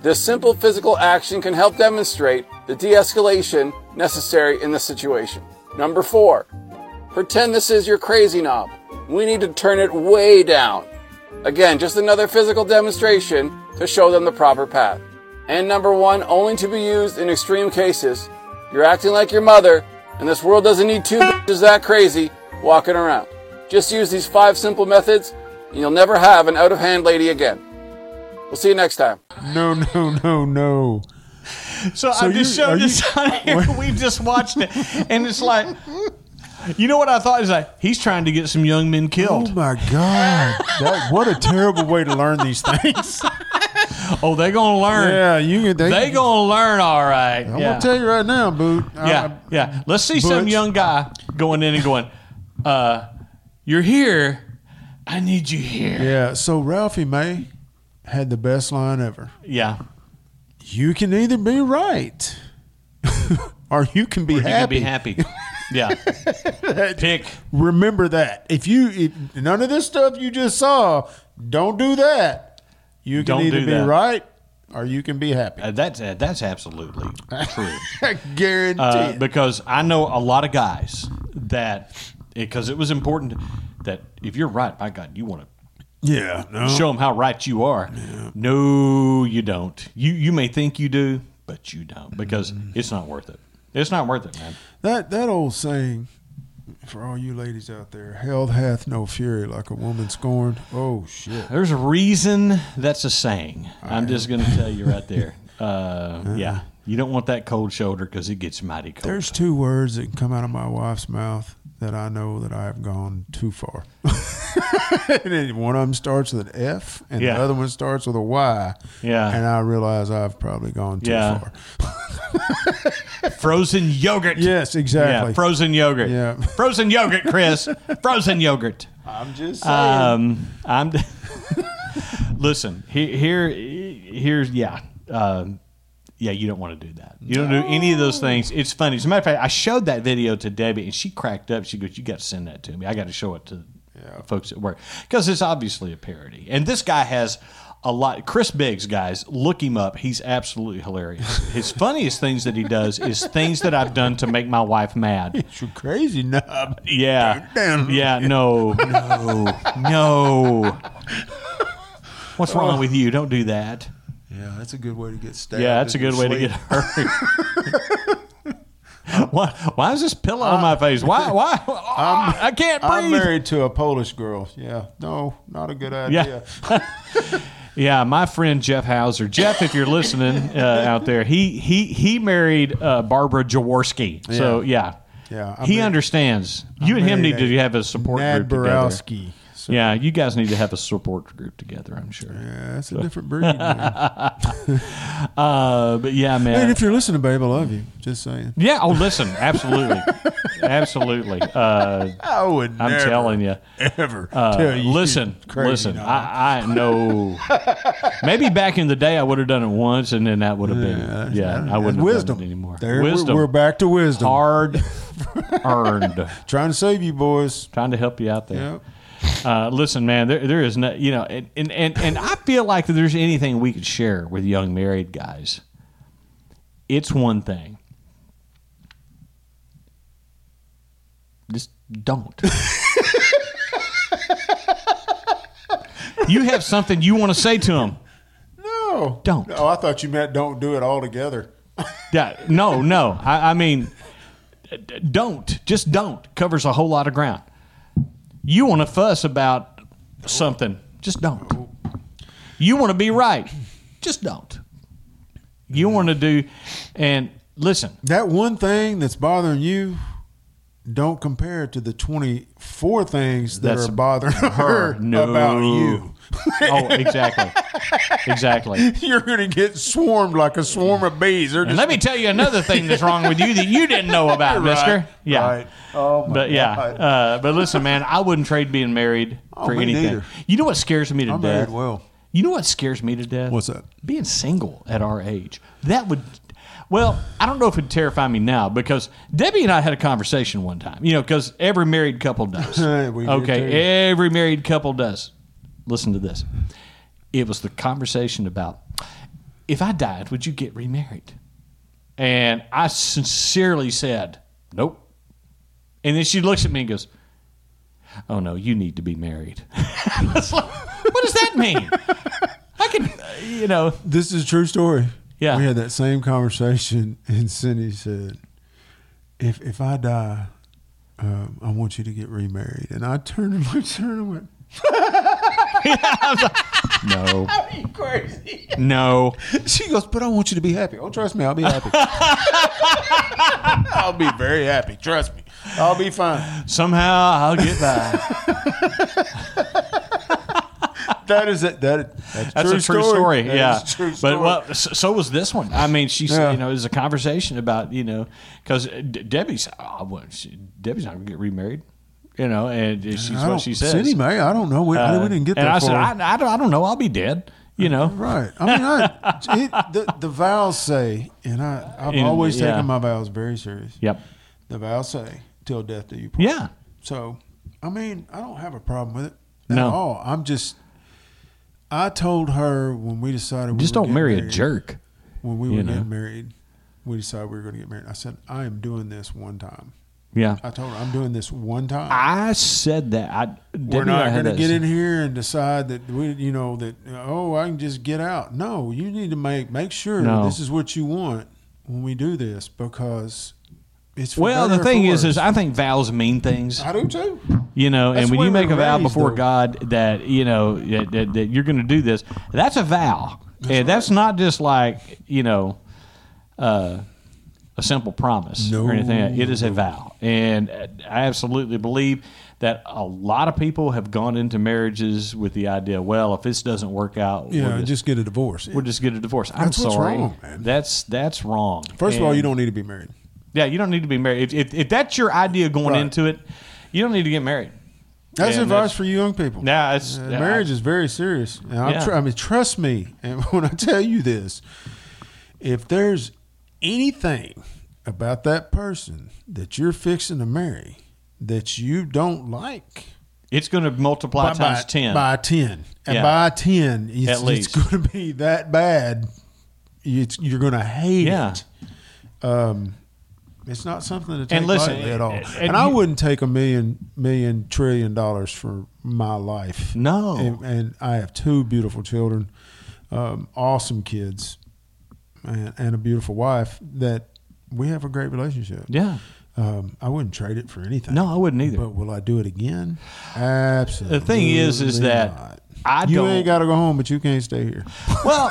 [SPEAKER 7] This simple physical action can help demonstrate the de escalation necessary in the situation. Number four, pretend this is your crazy knob. We need to turn it way down. Again, just another physical demonstration to show them the proper path. And number one, only to be used in extreme cases. You're acting like your mother, and this world doesn't need two bitches that crazy walking around. Just use these five simple methods, and you'll never have an out of hand lady again. We'll see you next time.
[SPEAKER 3] No, no, no, no.
[SPEAKER 2] So,
[SPEAKER 3] So
[SPEAKER 2] I just
[SPEAKER 3] you- are
[SPEAKER 2] showed
[SPEAKER 3] you-
[SPEAKER 2] this on here. We just watched it, and it's like, You know what I thought is like he's trying to get some young men
[SPEAKER 3] Oh
[SPEAKER 2] killed.
[SPEAKER 3] my God! That, what a terrible way to learn these things.
[SPEAKER 2] Oh, they gonna learn.
[SPEAKER 3] Yeah, you can. They,
[SPEAKER 2] They gonna learn all right.
[SPEAKER 3] I'm
[SPEAKER 2] yeah.
[SPEAKER 3] gonna tell you right now, Boot.
[SPEAKER 2] yeah,
[SPEAKER 3] I-
[SPEAKER 2] yeah. Let's see some
[SPEAKER 3] Butch.
[SPEAKER 2] young guy going in and going, uh, "You're here. I need you here."
[SPEAKER 3] yeah. So Ralphie May had the best line ever.
[SPEAKER 2] Yeah,
[SPEAKER 3] You can either be right, or you can be
[SPEAKER 2] you can
[SPEAKER 3] happy.
[SPEAKER 2] be happy. Yeah, pick.
[SPEAKER 3] Remember that. If you if none of this stuff you just saw, don't do that. You can
[SPEAKER 2] Don't
[SPEAKER 3] either
[SPEAKER 2] do
[SPEAKER 3] be
[SPEAKER 2] that.
[SPEAKER 3] right, or you can be happy.
[SPEAKER 2] Uh, that's uh, that's absolutely true.
[SPEAKER 3] I guarantee.
[SPEAKER 2] Uh,
[SPEAKER 3] it.
[SPEAKER 2] because I know a lot of guys that because it was important that if you're right, by God, you want to
[SPEAKER 3] yeah. No.
[SPEAKER 2] show them how right you are. No, you don't. You you may think you do, but you don't because
[SPEAKER 3] Mm-hmm.
[SPEAKER 2] it's not worth it. It's not worth it, man.
[SPEAKER 3] That that old saying, for all you ladies out there, hell hath no fury like a woman scorned. Oh shit.
[SPEAKER 2] There's a reason that's a saying. I'm just going to tell you right there. Uh, yeah, you don't want that cold shoulder because it gets mighty cold.
[SPEAKER 3] There's two words that can come out of my wife's mouth that I know that I have gone too far. and then one of them starts with an F, and
[SPEAKER 2] Yeah.
[SPEAKER 3] the other one starts with a Y.
[SPEAKER 2] Yeah.
[SPEAKER 3] And I realize I've probably gone too
[SPEAKER 2] Yeah.
[SPEAKER 3] far.
[SPEAKER 2] frozen yogurt.
[SPEAKER 3] Yes, exactly.
[SPEAKER 2] Yeah, frozen yogurt.
[SPEAKER 3] Yeah.
[SPEAKER 2] frozen yogurt, Chris. frozen yogurt.
[SPEAKER 5] I'm just saying.
[SPEAKER 2] Um, I'm. listen, he- here, here's yeah, um, yeah. You don't want to do that. You don't do any of those things. It's funny. As a matter of fact, I showed that video to Debbie, and she cracked up. She goes, "You got to send that to me. I got to show it to the folks at work because it's obviously a parody." And this guy has. A lot, Chris Biggs, guys, look him up. He's absolutely hilarious. His funniest things that he does is things that I've done to make my wife mad.
[SPEAKER 3] You're crazy knob.
[SPEAKER 2] Yeah.
[SPEAKER 3] Damn.
[SPEAKER 2] Yeah. No. No. no. What's wrong with you? Don't do that.
[SPEAKER 3] Yeah, that's a good way to get stabbed.
[SPEAKER 2] Yeah, that's a
[SPEAKER 3] in
[SPEAKER 2] good
[SPEAKER 3] your
[SPEAKER 2] way to
[SPEAKER 3] sleep.
[SPEAKER 2] get hurt. why, why is this pillow on my face? Why? Why? Ah, I can't breathe.
[SPEAKER 3] I'm married to a Polish girl. Yeah, no, not a good idea.
[SPEAKER 2] Yeah, my friend Jeff Hauser. Jeff, if you're listening uh, out there, he he he married uh, Barbara Jaworski. So yeah,
[SPEAKER 3] Yeah, I
[SPEAKER 2] he
[SPEAKER 3] married-
[SPEAKER 2] understands. you and him need
[SPEAKER 3] married
[SPEAKER 2] to
[SPEAKER 3] a
[SPEAKER 2] have a support group
[SPEAKER 3] Nad
[SPEAKER 2] together.
[SPEAKER 3] Borowski. So,
[SPEAKER 2] Yeah, you guys need to have a support group together. I'm sure.
[SPEAKER 3] yeah, that's a different breed. man.
[SPEAKER 2] Uh, but yeah, man.
[SPEAKER 3] And if you're listening, babe, I love you. Just saying.
[SPEAKER 2] yeah. Oh, listen. Absolutely. absolutely. Uh,
[SPEAKER 3] I would.
[SPEAKER 2] I'm telling you.
[SPEAKER 3] Ever
[SPEAKER 2] Uh, listen. Listen. I, I know. Maybe back in the day I would have done it once, and then that would have been. Yeah, I wouldn't
[SPEAKER 3] wisdom
[SPEAKER 2] have done it anymore.
[SPEAKER 3] There, we're-
[SPEAKER 2] wisdom.
[SPEAKER 3] We're, back to wisdom.
[SPEAKER 2] hard earned.
[SPEAKER 3] Trying to save you, boys.
[SPEAKER 2] Trying to help you out there.
[SPEAKER 3] Yep.
[SPEAKER 2] Uh, listen, man, there, there is no, you know, and, and, and, and I feel like if there's anything we could share with young married guys, it's one thing. Just don't. you have something you want to say to them.
[SPEAKER 3] No,
[SPEAKER 2] Don't.
[SPEAKER 3] Oh, I thought you meant don't do it altogether.
[SPEAKER 2] Yeah, no, no. I, I mean, d- don't. Just don't. Covers a whole lot of ground. You want to fuss about something. Just don't. You want to be right. Just don't. You want to do, and listen,
[SPEAKER 3] That one thing that's bothering you, don't compare it to the twenty-four things that
[SPEAKER 2] That's
[SPEAKER 3] are bothering her,
[SPEAKER 2] no.
[SPEAKER 3] about you.
[SPEAKER 2] Oh, exactly. exactly.
[SPEAKER 3] You're gonna get swarmed like a swarm of bees. They're
[SPEAKER 2] And
[SPEAKER 3] just
[SPEAKER 2] let me tell you another thing that's wrong with you that you didn't know about, mister. Yeah.
[SPEAKER 3] Right. Oh my
[SPEAKER 2] But yeah,
[SPEAKER 3] God. Oh,
[SPEAKER 2] uh, but listen, man, I wouldn't trade being married for
[SPEAKER 3] me
[SPEAKER 2] anything.
[SPEAKER 3] neither.
[SPEAKER 2] You know what scares me to
[SPEAKER 3] I'm
[SPEAKER 2] death?
[SPEAKER 3] married well.
[SPEAKER 2] You know what scares me to death?
[SPEAKER 3] What's that?
[SPEAKER 2] Being single at our age. That would, well, I don't know if it'd terrify me now because Debbie and I had a conversation one time, you know, because every married couple does.
[SPEAKER 3] We did too.
[SPEAKER 2] okay, every married couple does. Listen to this. It was the conversation about if I died, would you get remarried? And I sincerely said, nope. And then she looks at me and goes, oh no, you need to be married. I was like, what does that mean? I can, uh, you know,
[SPEAKER 3] This is a true story.
[SPEAKER 2] Yeah.
[SPEAKER 3] We had that same conversation, and Cindy said, If if I die, um, I want you to get remarried. And I turned and looked at her and went,
[SPEAKER 2] no. No.
[SPEAKER 3] She goes, But I want you to be happy. Oh, trust me, I'll be happy. I'll be very happy. Trust me.
[SPEAKER 5] I'll be fine.
[SPEAKER 2] Somehow I'll get by.
[SPEAKER 5] That is it. That that's,
[SPEAKER 2] That's
[SPEAKER 5] true
[SPEAKER 2] a true story.
[SPEAKER 5] That is
[SPEAKER 2] yeah,
[SPEAKER 5] a true
[SPEAKER 2] but
[SPEAKER 5] story.
[SPEAKER 2] well, so, so was this one. I mean, she said,
[SPEAKER 5] Yeah.
[SPEAKER 2] you know, it was a conversation about you know uh, because Debbie's I wouldn't- "Oh, she- Debbie's not gonna get remarried, you know, and she's
[SPEAKER 3] I
[SPEAKER 2] what
[SPEAKER 3] don't,
[SPEAKER 2] she says.
[SPEAKER 3] Oh, Cindy May, I don't know. We, I-
[SPEAKER 2] Uh,
[SPEAKER 3] we didn't get
[SPEAKER 2] and
[SPEAKER 3] that
[SPEAKER 2] I
[SPEAKER 3] far.
[SPEAKER 2] said, I, I, don't, I don't know. I'll be dead. You know,
[SPEAKER 3] Right. I mean, I, it, the, the vows say, and I, I've
[SPEAKER 2] In-
[SPEAKER 3] always
[SPEAKER 2] yeah.
[SPEAKER 3] taken my vows very serious.
[SPEAKER 2] Yep.
[SPEAKER 3] The vows say, till death do you part.
[SPEAKER 2] Yeah.
[SPEAKER 3] So, I mean, I don't have a problem with it at
[SPEAKER 2] No.
[SPEAKER 3] all. I'm just, I told her when we decided we
[SPEAKER 2] Just
[SPEAKER 3] were
[SPEAKER 2] don't
[SPEAKER 3] getting
[SPEAKER 2] marry a
[SPEAKER 3] married,
[SPEAKER 2] jerk.
[SPEAKER 3] When we
[SPEAKER 2] you
[SPEAKER 3] were
[SPEAKER 2] know.
[SPEAKER 3] getting married, we decided we were going to get married. I said, I am doing this one time.
[SPEAKER 2] Yeah.
[SPEAKER 3] I told her, I'm doing this one time.
[SPEAKER 2] I said that. I, Debbie
[SPEAKER 3] we're
[SPEAKER 2] and I
[SPEAKER 3] not
[SPEAKER 2] had
[SPEAKER 3] going to
[SPEAKER 2] that-
[SPEAKER 3] get in here and decide that we, you know, that oh, I can just get out. No, you need to make make sure
[SPEAKER 2] No.
[SPEAKER 3] this is what you want when we do this because it's for
[SPEAKER 2] Well,
[SPEAKER 3] better
[SPEAKER 2] the
[SPEAKER 3] or
[SPEAKER 2] thing
[SPEAKER 3] for
[SPEAKER 2] is, is
[SPEAKER 3] worse.
[SPEAKER 2] I think vows mean things.
[SPEAKER 5] I do too.
[SPEAKER 2] You know,
[SPEAKER 3] That's
[SPEAKER 2] and when
[SPEAKER 3] the
[SPEAKER 2] you
[SPEAKER 3] way
[SPEAKER 2] make
[SPEAKER 3] we're
[SPEAKER 2] a vow
[SPEAKER 3] raised,
[SPEAKER 2] before
[SPEAKER 3] though.
[SPEAKER 2] God that you know that, that, that you're going to do this, that's a vow, and that's not just like you know uh, a simple promise
[SPEAKER 3] No.
[SPEAKER 2] or anything. It is a vow, and I absolutely believe that a lot of people have gone into marriages with the idea, well, if this doesn't work out,
[SPEAKER 3] yeah,
[SPEAKER 2] we'll just,
[SPEAKER 3] just get a divorce.
[SPEAKER 2] we'll just get a divorce. I'm
[SPEAKER 3] That's what's
[SPEAKER 2] sorry,
[SPEAKER 3] wrong, man.
[SPEAKER 2] that's that's wrong.
[SPEAKER 3] First of all,
[SPEAKER 2] And-
[SPEAKER 3] you don't need to be married.
[SPEAKER 2] yeah, you don't need to be married. If if, if that's your idea going
[SPEAKER 3] Right.
[SPEAKER 2] into it, you don't need to get married.
[SPEAKER 3] That's
[SPEAKER 2] And
[SPEAKER 3] advice
[SPEAKER 2] that's-
[SPEAKER 3] for you young people.
[SPEAKER 2] Yeah, it's
[SPEAKER 3] Uh,
[SPEAKER 2] yeah,
[SPEAKER 3] marriage is very serious. And I'm
[SPEAKER 2] Yeah.
[SPEAKER 3] tr- I mean, trust me. And when I tell you this, if there's anything about that person that you're fixing to marry that you don't like,
[SPEAKER 2] It's going to multiply times ten.
[SPEAKER 3] By ten. And
[SPEAKER 2] Yeah.
[SPEAKER 3] by ten, it's,
[SPEAKER 2] At least.
[SPEAKER 3] it's going to be that bad. It's, you're going to hate
[SPEAKER 2] Yeah.
[SPEAKER 3] it. Um, it's not something to take
[SPEAKER 2] And listen,
[SPEAKER 3] lightly at all.
[SPEAKER 2] and-
[SPEAKER 3] And,
[SPEAKER 2] and
[SPEAKER 3] I
[SPEAKER 2] you-
[SPEAKER 3] wouldn't take a million, million, trillion dollars for my life.
[SPEAKER 2] No.
[SPEAKER 3] And, and I have two beautiful children, um, awesome kids, and, and a beautiful wife that we have a great relationship.
[SPEAKER 2] yeah.
[SPEAKER 3] Um, I wouldn't trade it for anything.
[SPEAKER 2] No, I wouldn't either.
[SPEAKER 3] But will I do it again? Absolutely.
[SPEAKER 2] the thing is, is that
[SPEAKER 3] not.
[SPEAKER 2] I
[SPEAKER 3] you
[SPEAKER 2] don't.
[SPEAKER 3] ain't got to go home, but you can't stay here.
[SPEAKER 2] well,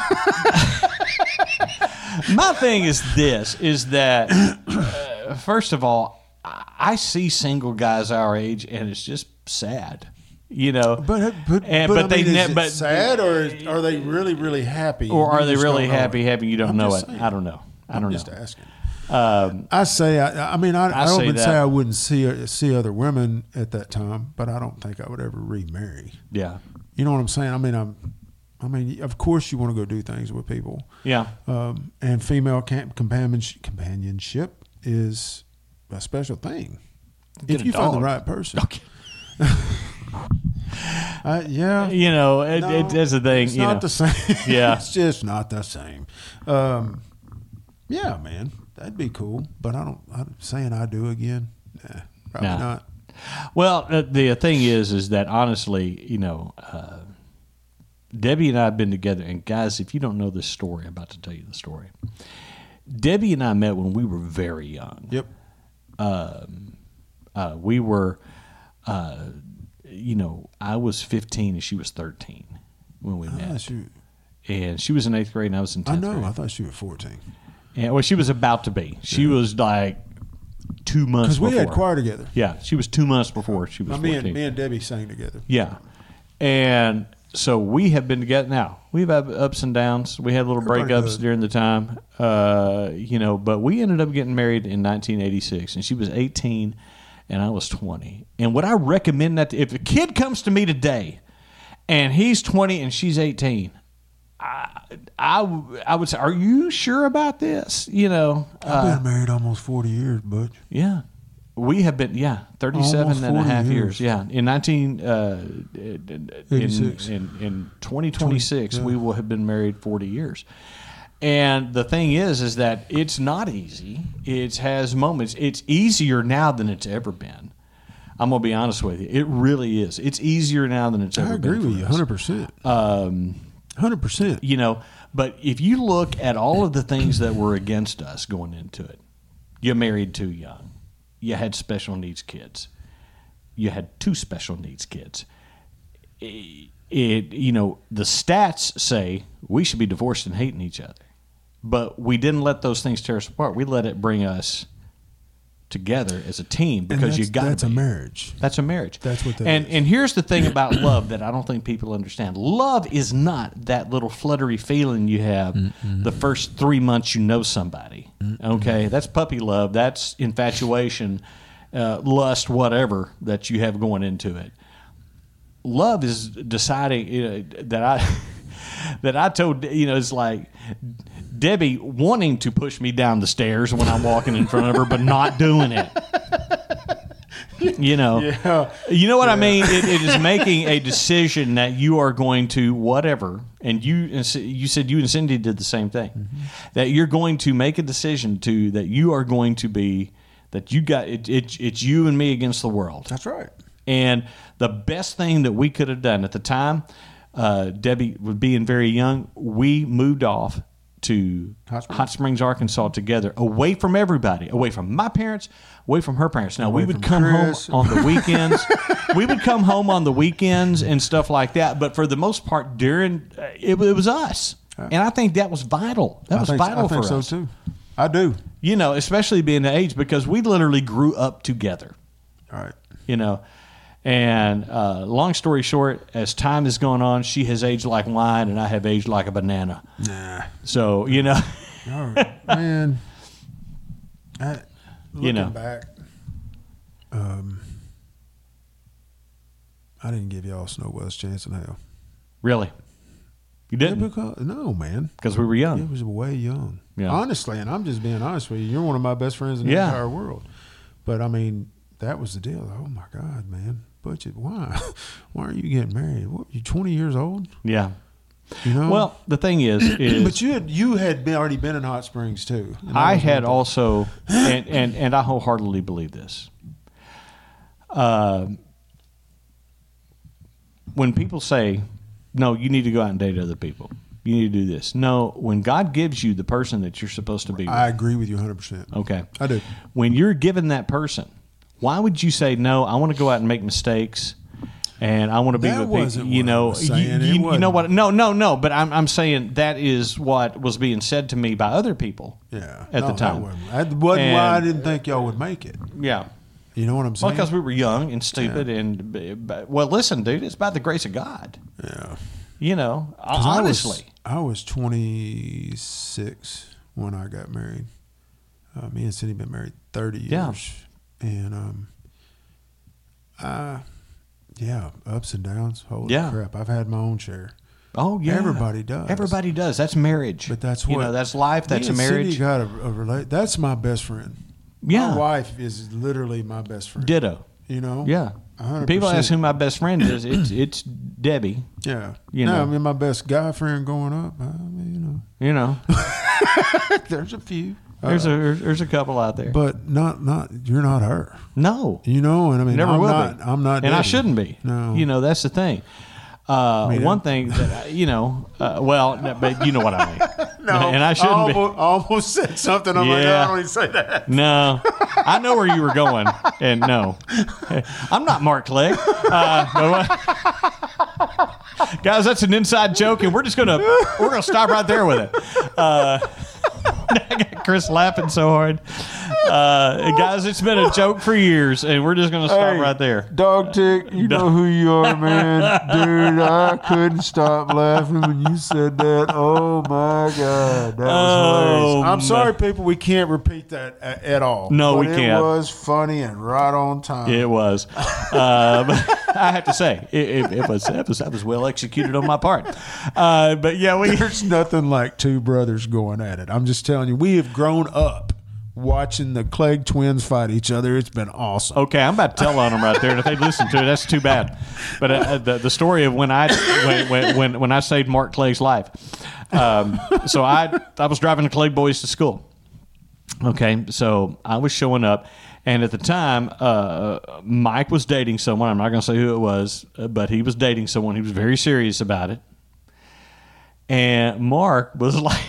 [SPEAKER 2] my thing is this: is that uh, first of all, I I see single guys our age, and it's just sad. You know,
[SPEAKER 3] But uh, but
[SPEAKER 2] And-
[SPEAKER 3] but, I mean,
[SPEAKER 2] Eh, ne-
[SPEAKER 3] is it sad or is- are they really really happy?
[SPEAKER 2] or are
[SPEAKER 3] You
[SPEAKER 2] they
[SPEAKER 3] just
[SPEAKER 2] really
[SPEAKER 3] don't know
[SPEAKER 2] happy?
[SPEAKER 3] it.
[SPEAKER 2] Happy you don't
[SPEAKER 3] I'm
[SPEAKER 2] know
[SPEAKER 3] just
[SPEAKER 2] it?
[SPEAKER 3] saying.
[SPEAKER 2] I don't know. I don't
[SPEAKER 3] I'm just
[SPEAKER 2] know.
[SPEAKER 3] asking.
[SPEAKER 2] Um,
[SPEAKER 3] I say I, I mean I, I,
[SPEAKER 2] I
[SPEAKER 3] don't
[SPEAKER 2] say
[SPEAKER 3] even say
[SPEAKER 2] that.
[SPEAKER 3] I wouldn't see see other women at that time, but I don't think I would ever remarry.
[SPEAKER 2] yeah,
[SPEAKER 3] You know what I'm saying? I mean I'm. I mean, of course, you want to go do things with people,
[SPEAKER 2] yeah.
[SPEAKER 3] um, and female camp companionship, companionship is a special thing.
[SPEAKER 2] Get
[SPEAKER 3] if
[SPEAKER 2] a
[SPEAKER 3] you find the
[SPEAKER 2] dog.
[SPEAKER 3] right person. Uh, yeah.
[SPEAKER 2] You know, it,
[SPEAKER 3] No,
[SPEAKER 2] it is a thing.
[SPEAKER 3] It's
[SPEAKER 2] you
[SPEAKER 3] not
[SPEAKER 2] know.
[SPEAKER 3] the same.
[SPEAKER 2] Yeah.
[SPEAKER 3] it's just not the same. Um, yeah, man, that'd be cool. But I don't. I'm saying I do again. Nah, probably
[SPEAKER 2] Nah.
[SPEAKER 3] not.
[SPEAKER 2] Well, uh, the thing is, is that honestly, you know, uh, Debbie and I have been together. And guys, if you don't know this story, I'm about to tell you the story. Debbie and I met when we were very young.
[SPEAKER 3] Yep.
[SPEAKER 2] Um, uh, we were, uh, you know, I was 15 and she was 13 when we
[SPEAKER 3] I
[SPEAKER 2] met,
[SPEAKER 3] thought she,
[SPEAKER 2] and she was in eighth grade and I was in
[SPEAKER 3] Ah, I
[SPEAKER 2] tenth
[SPEAKER 3] know.
[SPEAKER 2] grade.
[SPEAKER 3] I thought you were 14
[SPEAKER 2] And, well, she was about to be. She was like two months
[SPEAKER 3] because we
[SPEAKER 2] before.
[SPEAKER 3] had choir together.
[SPEAKER 2] Yeah, she was two months before she was.
[SPEAKER 3] Uh, me
[SPEAKER 2] 14.
[SPEAKER 3] and me and Debbie sang together.
[SPEAKER 2] Yeah. And so we have been together now. We've had ups and downs. We had little
[SPEAKER 3] Everybody does.
[SPEAKER 2] breakups during the time, uh, you know, but we ended up getting married in 1986, and she was 18 and I was 20. And would I recommend that to- if a kid comes to me today and he's 20 and she's 18? I, I, w- I would say, are you sure about this? You know, uh,
[SPEAKER 3] I've been married almost 40 years, Butch.
[SPEAKER 2] yeah. We have been, yeah, 37
[SPEAKER 3] Almost
[SPEAKER 2] and a
[SPEAKER 3] 40
[SPEAKER 2] half
[SPEAKER 3] years.
[SPEAKER 2] years. Yeah. In 19, uh, in, in,
[SPEAKER 3] 86.
[SPEAKER 2] in 2026,
[SPEAKER 3] yeah.
[SPEAKER 2] we will have been married 40 years. And the thing is, is that it's not easy. It has moments. It's easier now than it's ever been. I'm going to be honest with you. It really is. It's easier now than it's ever
[SPEAKER 3] I agree
[SPEAKER 2] been. for
[SPEAKER 3] with you
[SPEAKER 2] us.
[SPEAKER 3] 100. percent
[SPEAKER 2] Um,
[SPEAKER 3] 100. percent
[SPEAKER 2] you know but if you look at all of the things that were against us going into it you married too young you had special needs kids you had two special needs kids it, it- you know the stats say we should be divorced and hating each other but we didn't let those things tear us apart we let it bring us together as a team
[SPEAKER 3] And
[SPEAKER 2] because you
[SPEAKER 3] that's-
[SPEAKER 2] got
[SPEAKER 3] that's a marriage.
[SPEAKER 2] That's a marriage.
[SPEAKER 3] That's what that
[SPEAKER 2] and
[SPEAKER 3] is.
[SPEAKER 2] and here's the thing about love that I don't think people understand. Love is not that little fluttery feeling you have the first three months you know somebody. Okay, that's puppy love. That's infatuation, uh, lust, whatever that you have going into it. Love is deciding uh, that I that I told you know it's like. Debbie wanting to push me down the stairs when I'm walking in front of her, but not doing it. You know, you know what I mean. It, it is making a decision that you are going to whatever, and you and s- you said you and Cindy did the same thing, that you're going to make a decision to that you are going to be that you got it, it. It's you and me against the world.
[SPEAKER 5] That's right.
[SPEAKER 2] And the best thing that we could have done at the time, uh, Debbie was being very young, we moved off to Hot Springs. Arkansas together, away from everybody, away from my parents, away from her parents. Now, we would come
[SPEAKER 5] Chris.
[SPEAKER 2] home on the weekends. we would come home on the weekends and stuff like that. But for the most part, during uh, it, it was us. And I think that was vital. That
[SPEAKER 3] I
[SPEAKER 2] was
[SPEAKER 3] think,
[SPEAKER 2] vital
[SPEAKER 3] I
[SPEAKER 2] for
[SPEAKER 3] think so
[SPEAKER 2] us
[SPEAKER 3] too. I do.
[SPEAKER 2] you know, especially being the age because we literally grew up together.
[SPEAKER 3] All right.
[SPEAKER 2] You know, and uh, long story short, as time has gone on, she has aged like wine, and I have aged like a banana.
[SPEAKER 3] Nah.
[SPEAKER 2] So you know,
[SPEAKER 3] All right, man. I, looking
[SPEAKER 2] know.
[SPEAKER 3] back, um, I didn't give y'all Snow West chance in hell.
[SPEAKER 2] really, you
[SPEAKER 3] Yeah,
[SPEAKER 2] didn't
[SPEAKER 3] because, no, man.
[SPEAKER 2] because we were
[SPEAKER 3] It
[SPEAKER 2] young.
[SPEAKER 3] was way young.
[SPEAKER 2] Yeah.
[SPEAKER 3] Honestly, and I'm just being honest with you. You're one of my best friends in the
[SPEAKER 2] Yeah.
[SPEAKER 3] entire world. But I mean, that was the deal. Oh my God, man. Butch, why? Why are you getting married? What, you 20 years old?
[SPEAKER 2] Yeah.
[SPEAKER 3] You know?
[SPEAKER 2] Well, the thing is, is
[SPEAKER 3] but you had you had been, already been in Hot Springs too. And that
[SPEAKER 2] I
[SPEAKER 3] was
[SPEAKER 2] had
[SPEAKER 3] one
[SPEAKER 2] also, and, and, and I wholeheartedly believe this. Uh, when people say, no, you need to go out and date other people, you need to do this. No, when God gives you the person that you're supposed to be
[SPEAKER 3] thing.
[SPEAKER 2] with,
[SPEAKER 3] I agree with you 100. percent
[SPEAKER 2] okay,
[SPEAKER 3] I do.
[SPEAKER 2] when you're given that person, why would you say, no, I want to go out and make mistakes? And I want to be
[SPEAKER 3] That
[SPEAKER 2] with people,
[SPEAKER 3] wasn't
[SPEAKER 2] you
[SPEAKER 3] what I
[SPEAKER 2] know,
[SPEAKER 3] was
[SPEAKER 2] you-
[SPEAKER 3] saying. It
[SPEAKER 2] you- you know
[SPEAKER 3] wasn't.
[SPEAKER 2] what? No, no, no. But I'm, I'm saying that is what was being said to me by other people.
[SPEAKER 3] Yeah,
[SPEAKER 2] at
[SPEAKER 3] No,
[SPEAKER 2] the
[SPEAKER 3] that
[SPEAKER 2] time.
[SPEAKER 3] wasn't- that wasn't why I
[SPEAKER 2] And-
[SPEAKER 3] didn't think y'all would make it.
[SPEAKER 2] Yeah.
[SPEAKER 3] You know what I'm
[SPEAKER 2] Well,
[SPEAKER 3] saying?
[SPEAKER 2] because we were young and stupid, and b- b- well, listen, dude, it's by the grace of God.
[SPEAKER 3] yeah.
[SPEAKER 2] You know,
[SPEAKER 3] 'Cause I was-
[SPEAKER 2] honestly,
[SPEAKER 3] I was, 26 when I got married. Uh, me and Cindy been married 30 years,
[SPEAKER 2] Yeah.
[SPEAKER 3] and um, I, yeah, ups and downs. Holy
[SPEAKER 2] Yeah.
[SPEAKER 3] crap! I've had my own share.
[SPEAKER 2] oh yeah,
[SPEAKER 3] Everybody does.
[SPEAKER 2] Everybody does. That's marriage.
[SPEAKER 3] But that's
[SPEAKER 2] you
[SPEAKER 3] what-
[SPEAKER 2] know. That's life. That's
[SPEAKER 3] me and
[SPEAKER 2] marriage.
[SPEAKER 3] Cindy got a, a relate. That's my best friend.
[SPEAKER 2] Yeah.
[SPEAKER 3] my wife is literally my best friend.
[SPEAKER 2] Ditto.
[SPEAKER 3] you know?
[SPEAKER 2] Yeah.
[SPEAKER 3] A hundred
[SPEAKER 2] People ask who
[SPEAKER 3] percent.
[SPEAKER 2] my best friend is. It's it's Debbie.
[SPEAKER 3] Yeah,
[SPEAKER 2] you
[SPEAKER 3] no,
[SPEAKER 2] know.
[SPEAKER 3] I mean my best guy friend growing up. I mean, you know,
[SPEAKER 2] You know,
[SPEAKER 3] Uh, there's a few,
[SPEAKER 2] there's a there's- there's a couple out there.
[SPEAKER 3] but not not you're not her.
[SPEAKER 2] no,
[SPEAKER 3] You know, and I mean,
[SPEAKER 2] Never
[SPEAKER 3] I'm
[SPEAKER 2] will
[SPEAKER 3] not.
[SPEAKER 2] be.
[SPEAKER 3] I'm not,
[SPEAKER 2] and I
[SPEAKER 3] Debbie.
[SPEAKER 2] shouldn't be.
[SPEAKER 3] No,
[SPEAKER 2] you know that's the thing. Uh,
[SPEAKER 3] mean,
[SPEAKER 2] one
[SPEAKER 3] I'm-
[SPEAKER 2] thing that I, you know, uh, well, no, but you know what I mean.
[SPEAKER 5] No,
[SPEAKER 2] and I
[SPEAKER 5] should
[SPEAKER 2] shouldn't be.
[SPEAKER 5] almost, I almost said something. I'm like, no,
[SPEAKER 2] Yeah.
[SPEAKER 5] I don't even say that.
[SPEAKER 2] No, I know where you were going, and no, I'm not Mark Clay. Uh, but what- guys, that's an inside joke, and we're just gonna we're gonna stop right there with it. Uh, I got Chris laughing so hard, uh, guys. It's been a joke for years, and we're just gonna stop
[SPEAKER 5] Hey,
[SPEAKER 2] right there.
[SPEAKER 5] Dog tick, you know who you are, man. Dude, I couldn't stop laughing when you said that. Oh my god, that was
[SPEAKER 2] Oh,
[SPEAKER 5] hilarious.
[SPEAKER 3] I'm sorry, people. We can't repeat that at, at all.
[SPEAKER 2] No, we
[SPEAKER 5] But
[SPEAKER 2] can't.
[SPEAKER 5] It was funny and right on time.
[SPEAKER 2] It was. Um, I have to say, it, it, it was it was, that was well executed on my part. Uh, but yeah, we.
[SPEAKER 3] There's nothing like two brothers going at it. I'm just telling you, we have grown up watching the Clegg twins fight each other. It's been awesome.
[SPEAKER 2] Okay, I'm about to tell on them right there, and if they listen to it, that's too bad. But uh, the, the story of when I when, when, when, when I saved Mark Clay's life. Um, so I I was driving the Clay boys to school. Okay, so I was showing up, and at the time, uh, Mike was dating someone. I'm not going to say who it was, uh, but he was dating someone. He was very serious about it, and Mark was like.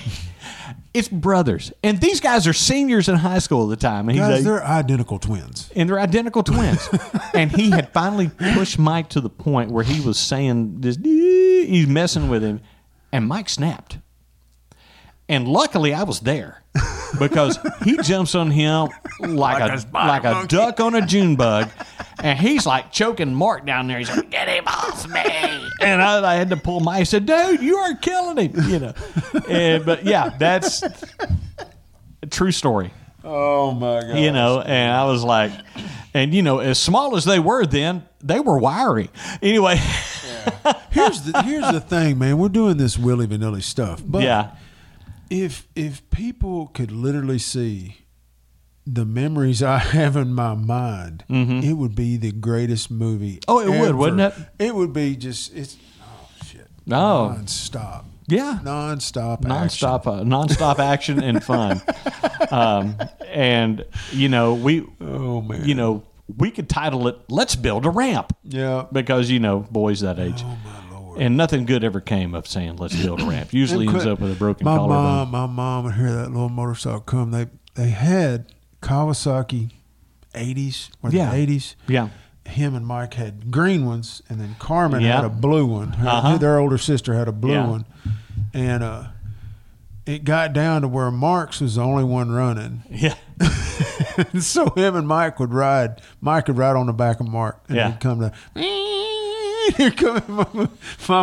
[SPEAKER 2] It's brothers, and these guys are seniors in high school at the time. And he's
[SPEAKER 3] Guys,
[SPEAKER 2] like,
[SPEAKER 3] they're identical twins.
[SPEAKER 2] and they're identical twins. and he had finally pushed Mike to the point where he was saying this, he's messing with him, and Mike snapped. And luckily, I was there because he jumps on him like, a, like a duck on a June bug, and he's like choking Mark down there. He's like, "Get him off me!" And I, I had to pull my. He said, "Dude, you are killing him," you know. And, but yeah, that's a true story
[SPEAKER 5] Oh my god.
[SPEAKER 2] you know and i was like and you know as small as they were then they were wiry anyway
[SPEAKER 3] Here's the here's the thing, man. We're doing this willy vanilly stuff, but
[SPEAKER 2] yeah
[SPEAKER 3] if if people could literally see the memories I have in my mind, it would be the greatest movie.
[SPEAKER 2] Mm-hmm. Oh, it would,
[SPEAKER 3] ever.
[SPEAKER 2] wouldn't it?
[SPEAKER 3] It would be just it's oh shit,
[SPEAKER 2] no
[SPEAKER 3] nonstop,
[SPEAKER 2] yeah
[SPEAKER 3] nonstop, action.
[SPEAKER 2] nonstop uh, nonstop action and fun um, and you know we
[SPEAKER 3] Oh man,
[SPEAKER 2] you know we could title it let's build a ramp
[SPEAKER 3] yeah.
[SPEAKER 2] because you know boys that age and nothing good ever came of saying let's build a ramp usually ends up with a broken
[SPEAKER 3] my
[SPEAKER 2] collarbone
[SPEAKER 3] mom, my mom would hear that little motorcycle come. They they had Kawasaki, eighties or
[SPEAKER 2] Yeah.
[SPEAKER 3] the eighties.
[SPEAKER 2] yeah
[SPEAKER 3] him and Mike had green ones, and then Carmen
[SPEAKER 2] Yeah.
[SPEAKER 3] had a blue one. Her,
[SPEAKER 2] Uh-huh.
[SPEAKER 3] Their older sister had a blue
[SPEAKER 2] Yeah.
[SPEAKER 3] one, and uh, it got down to where Marks was the only one running.
[SPEAKER 2] yeah
[SPEAKER 3] And so him and Mike would ride. Mike would ride on the back of Mark, and
[SPEAKER 2] Yeah.
[SPEAKER 3] he'd come to. Here come my, my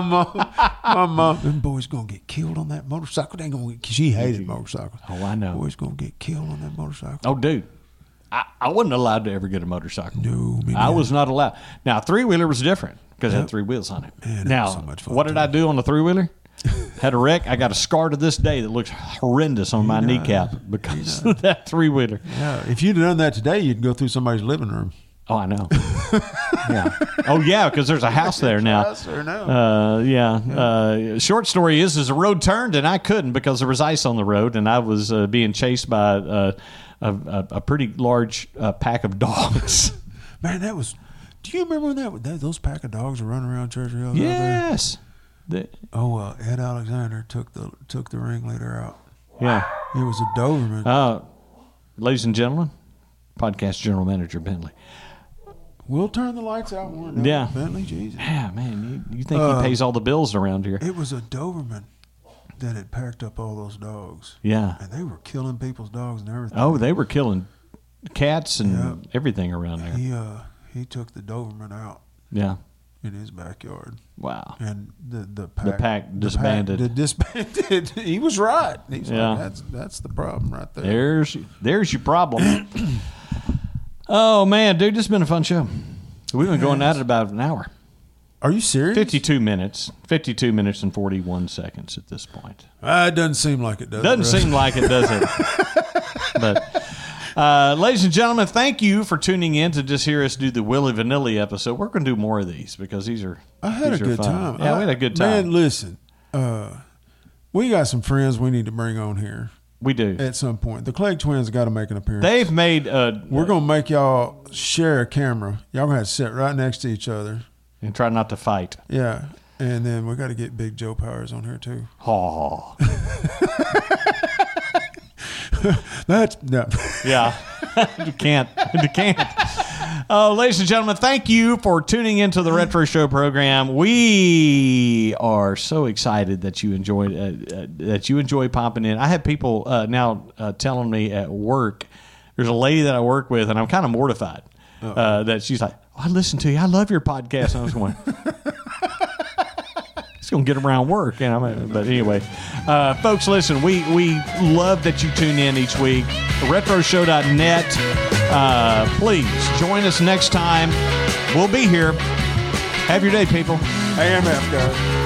[SPEAKER 3] mom, my mom. Them boys gonna get killed on that motorcycle. They gonna get, she hated motorcycles.
[SPEAKER 2] Oh, I know.
[SPEAKER 3] Boys gonna get killed on that motorcycle.
[SPEAKER 2] Oh, dude, I, I wasn't allowed to ever get a motorcycle.
[SPEAKER 3] No, me
[SPEAKER 2] I
[SPEAKER 3] neither.
[SPEAKER 2] was not allowed. Now, three wheeler was different because it had three wheels on it.
[SPEAKER 3] Man, that
[SPEAKER 2] now,
[SPEAKER 3] was so much fun,
[SPEAKER 2] what did
[SPEAKER 3] too.
[SPEAKER 2] I do on the three wheeler? had a wreck. I got a scar to this day that looks horrendous on my kneecap because of that three wheeler.
[SPEAKER 3] Yeah, if you'd have done that today, you'd go through somebody's living room.
[SPEAKER 2] Oh, I know. yeah. Oh, yeah, because there's a house there now.
[SPEAKER 3] Us or no?
[SPEAKER 2] Uh, yeah. Uh, short story is, is the road turned and I couldn't because there was ice on the road and I was uh, being chased by uh, a, a, a pretty large uh, pack of dogs.
[SPEAKER 3] Man, that was. Do you remember when that, that those pack of dogs were running around Churchill Hill? down there?
[SPEAKER 2] yes. The-
[SPEAKER 3] Oh, uh, Ed Alexander took the took the ringleader out.
[SPEAKER 2] yeah.
[SPEAKER 3] It was a Doberman.
[SPEAKER 2] Uh, ladies and gentlemen, podcast general manager Bentley.
[SPEAKER 3] we'll turn the lights out. When we're done.
[SPEAKER 2] Yeah.
[SPEAKER 3] Bentley, Jesus.
[SPEAKER 2] Yeah, man, you, you think he pays all the bills around here?
[SPEAKER 3] It was a Doberman that had packed up all those dogs,
[SPEAKER 2] Yeah.
[SPEAKER 3] and they were killing people's dogs and everything.
[SPEAKER 2] Oh, they were killing cats and everything around there.
[SPEAKER 3] He uh he took the Doberman out
[SPEAKER 2] Yeah.
[SPEAKER 3] in his backyard,
[SPEAKER 2] Wow.
[SPEAKER 3] and the the pack
[SPEAKER 2] pack disbanded.
[SPEAKER 3] The disbanded. he was right. He's
[SPEAKER 2] Yeah.
[SPEAKER 3] like, that's that's the problem right there.
[SPEAKER 2] There's there's your problem. oh man, dude, this has been a fun show. We've been going at it about an hour.
[SPEAKER 3] Are you serious?
[SPEAKER 2] Fifty two minutes. Fifty two minutes and forty one seconds at this point.
[SPEAKER 3] Uh, it doesn't seem like it does.
[SPEAKER 2] Doesn't
[SPEAKER 3] Russ.
[SPEAKER 2] seem like it, does it? but, uh, ladies and gentlemen, thank you for tuning in to just hear us do the Willy Vanilli episode. We're going to do more of these because these are.
[SPEAKER 3] I had a
[SPEAKER 2] these are
[SPEAKER 3] good
[SPEAKER 2] fun.
[SPEAKER 3] time.
[SPEAKER 2] Yeah,
[SPEAKER 3] I,
[SPEAKER 2] we had a good
[SPEAKER 3] Man,
[SPEAKER 2] time.
[SPEAKER 3] listen, uh, we got some friends we need to bring on here
[SPEAKER 2] we do.
[SPEAKER 3] at some point. The Clegg twins got to make an appearance.
[SPEAKER 2] They've made. Uh,
[SPEAKER 3] We're gonna make y'all share a camera. Y'all gonna have to sit right next to each other.
[SPEAKER 2] and try not to fight.
[SPEAKER 3] Yeah, and then we got to get Big Joe Powers on here too.
[SPEAKER 2] Oh,
[SPEAKER 3] That's no.
[SPEAKER 2] yeah. you can't. You can't. Uh, ladies and gentlemen, thank you for tuning into the Retro Show program. We are so excited that you enjoyed uh, uh, that you enjoy popping in. I have people uh, now uh, telling me at work. There's a lady that I work with, and I'm kind of mortified uh, that she's like, "I listen to you. I love your podcast." And I was going. It's gonna get around work, and I'm. But anyway, uh, folks, listen. We we love that you tune in each week. RetroShow.net. Uh, please join us next time. We'll be here. Have your day, people.
[SPEAKER 3] AMF guys.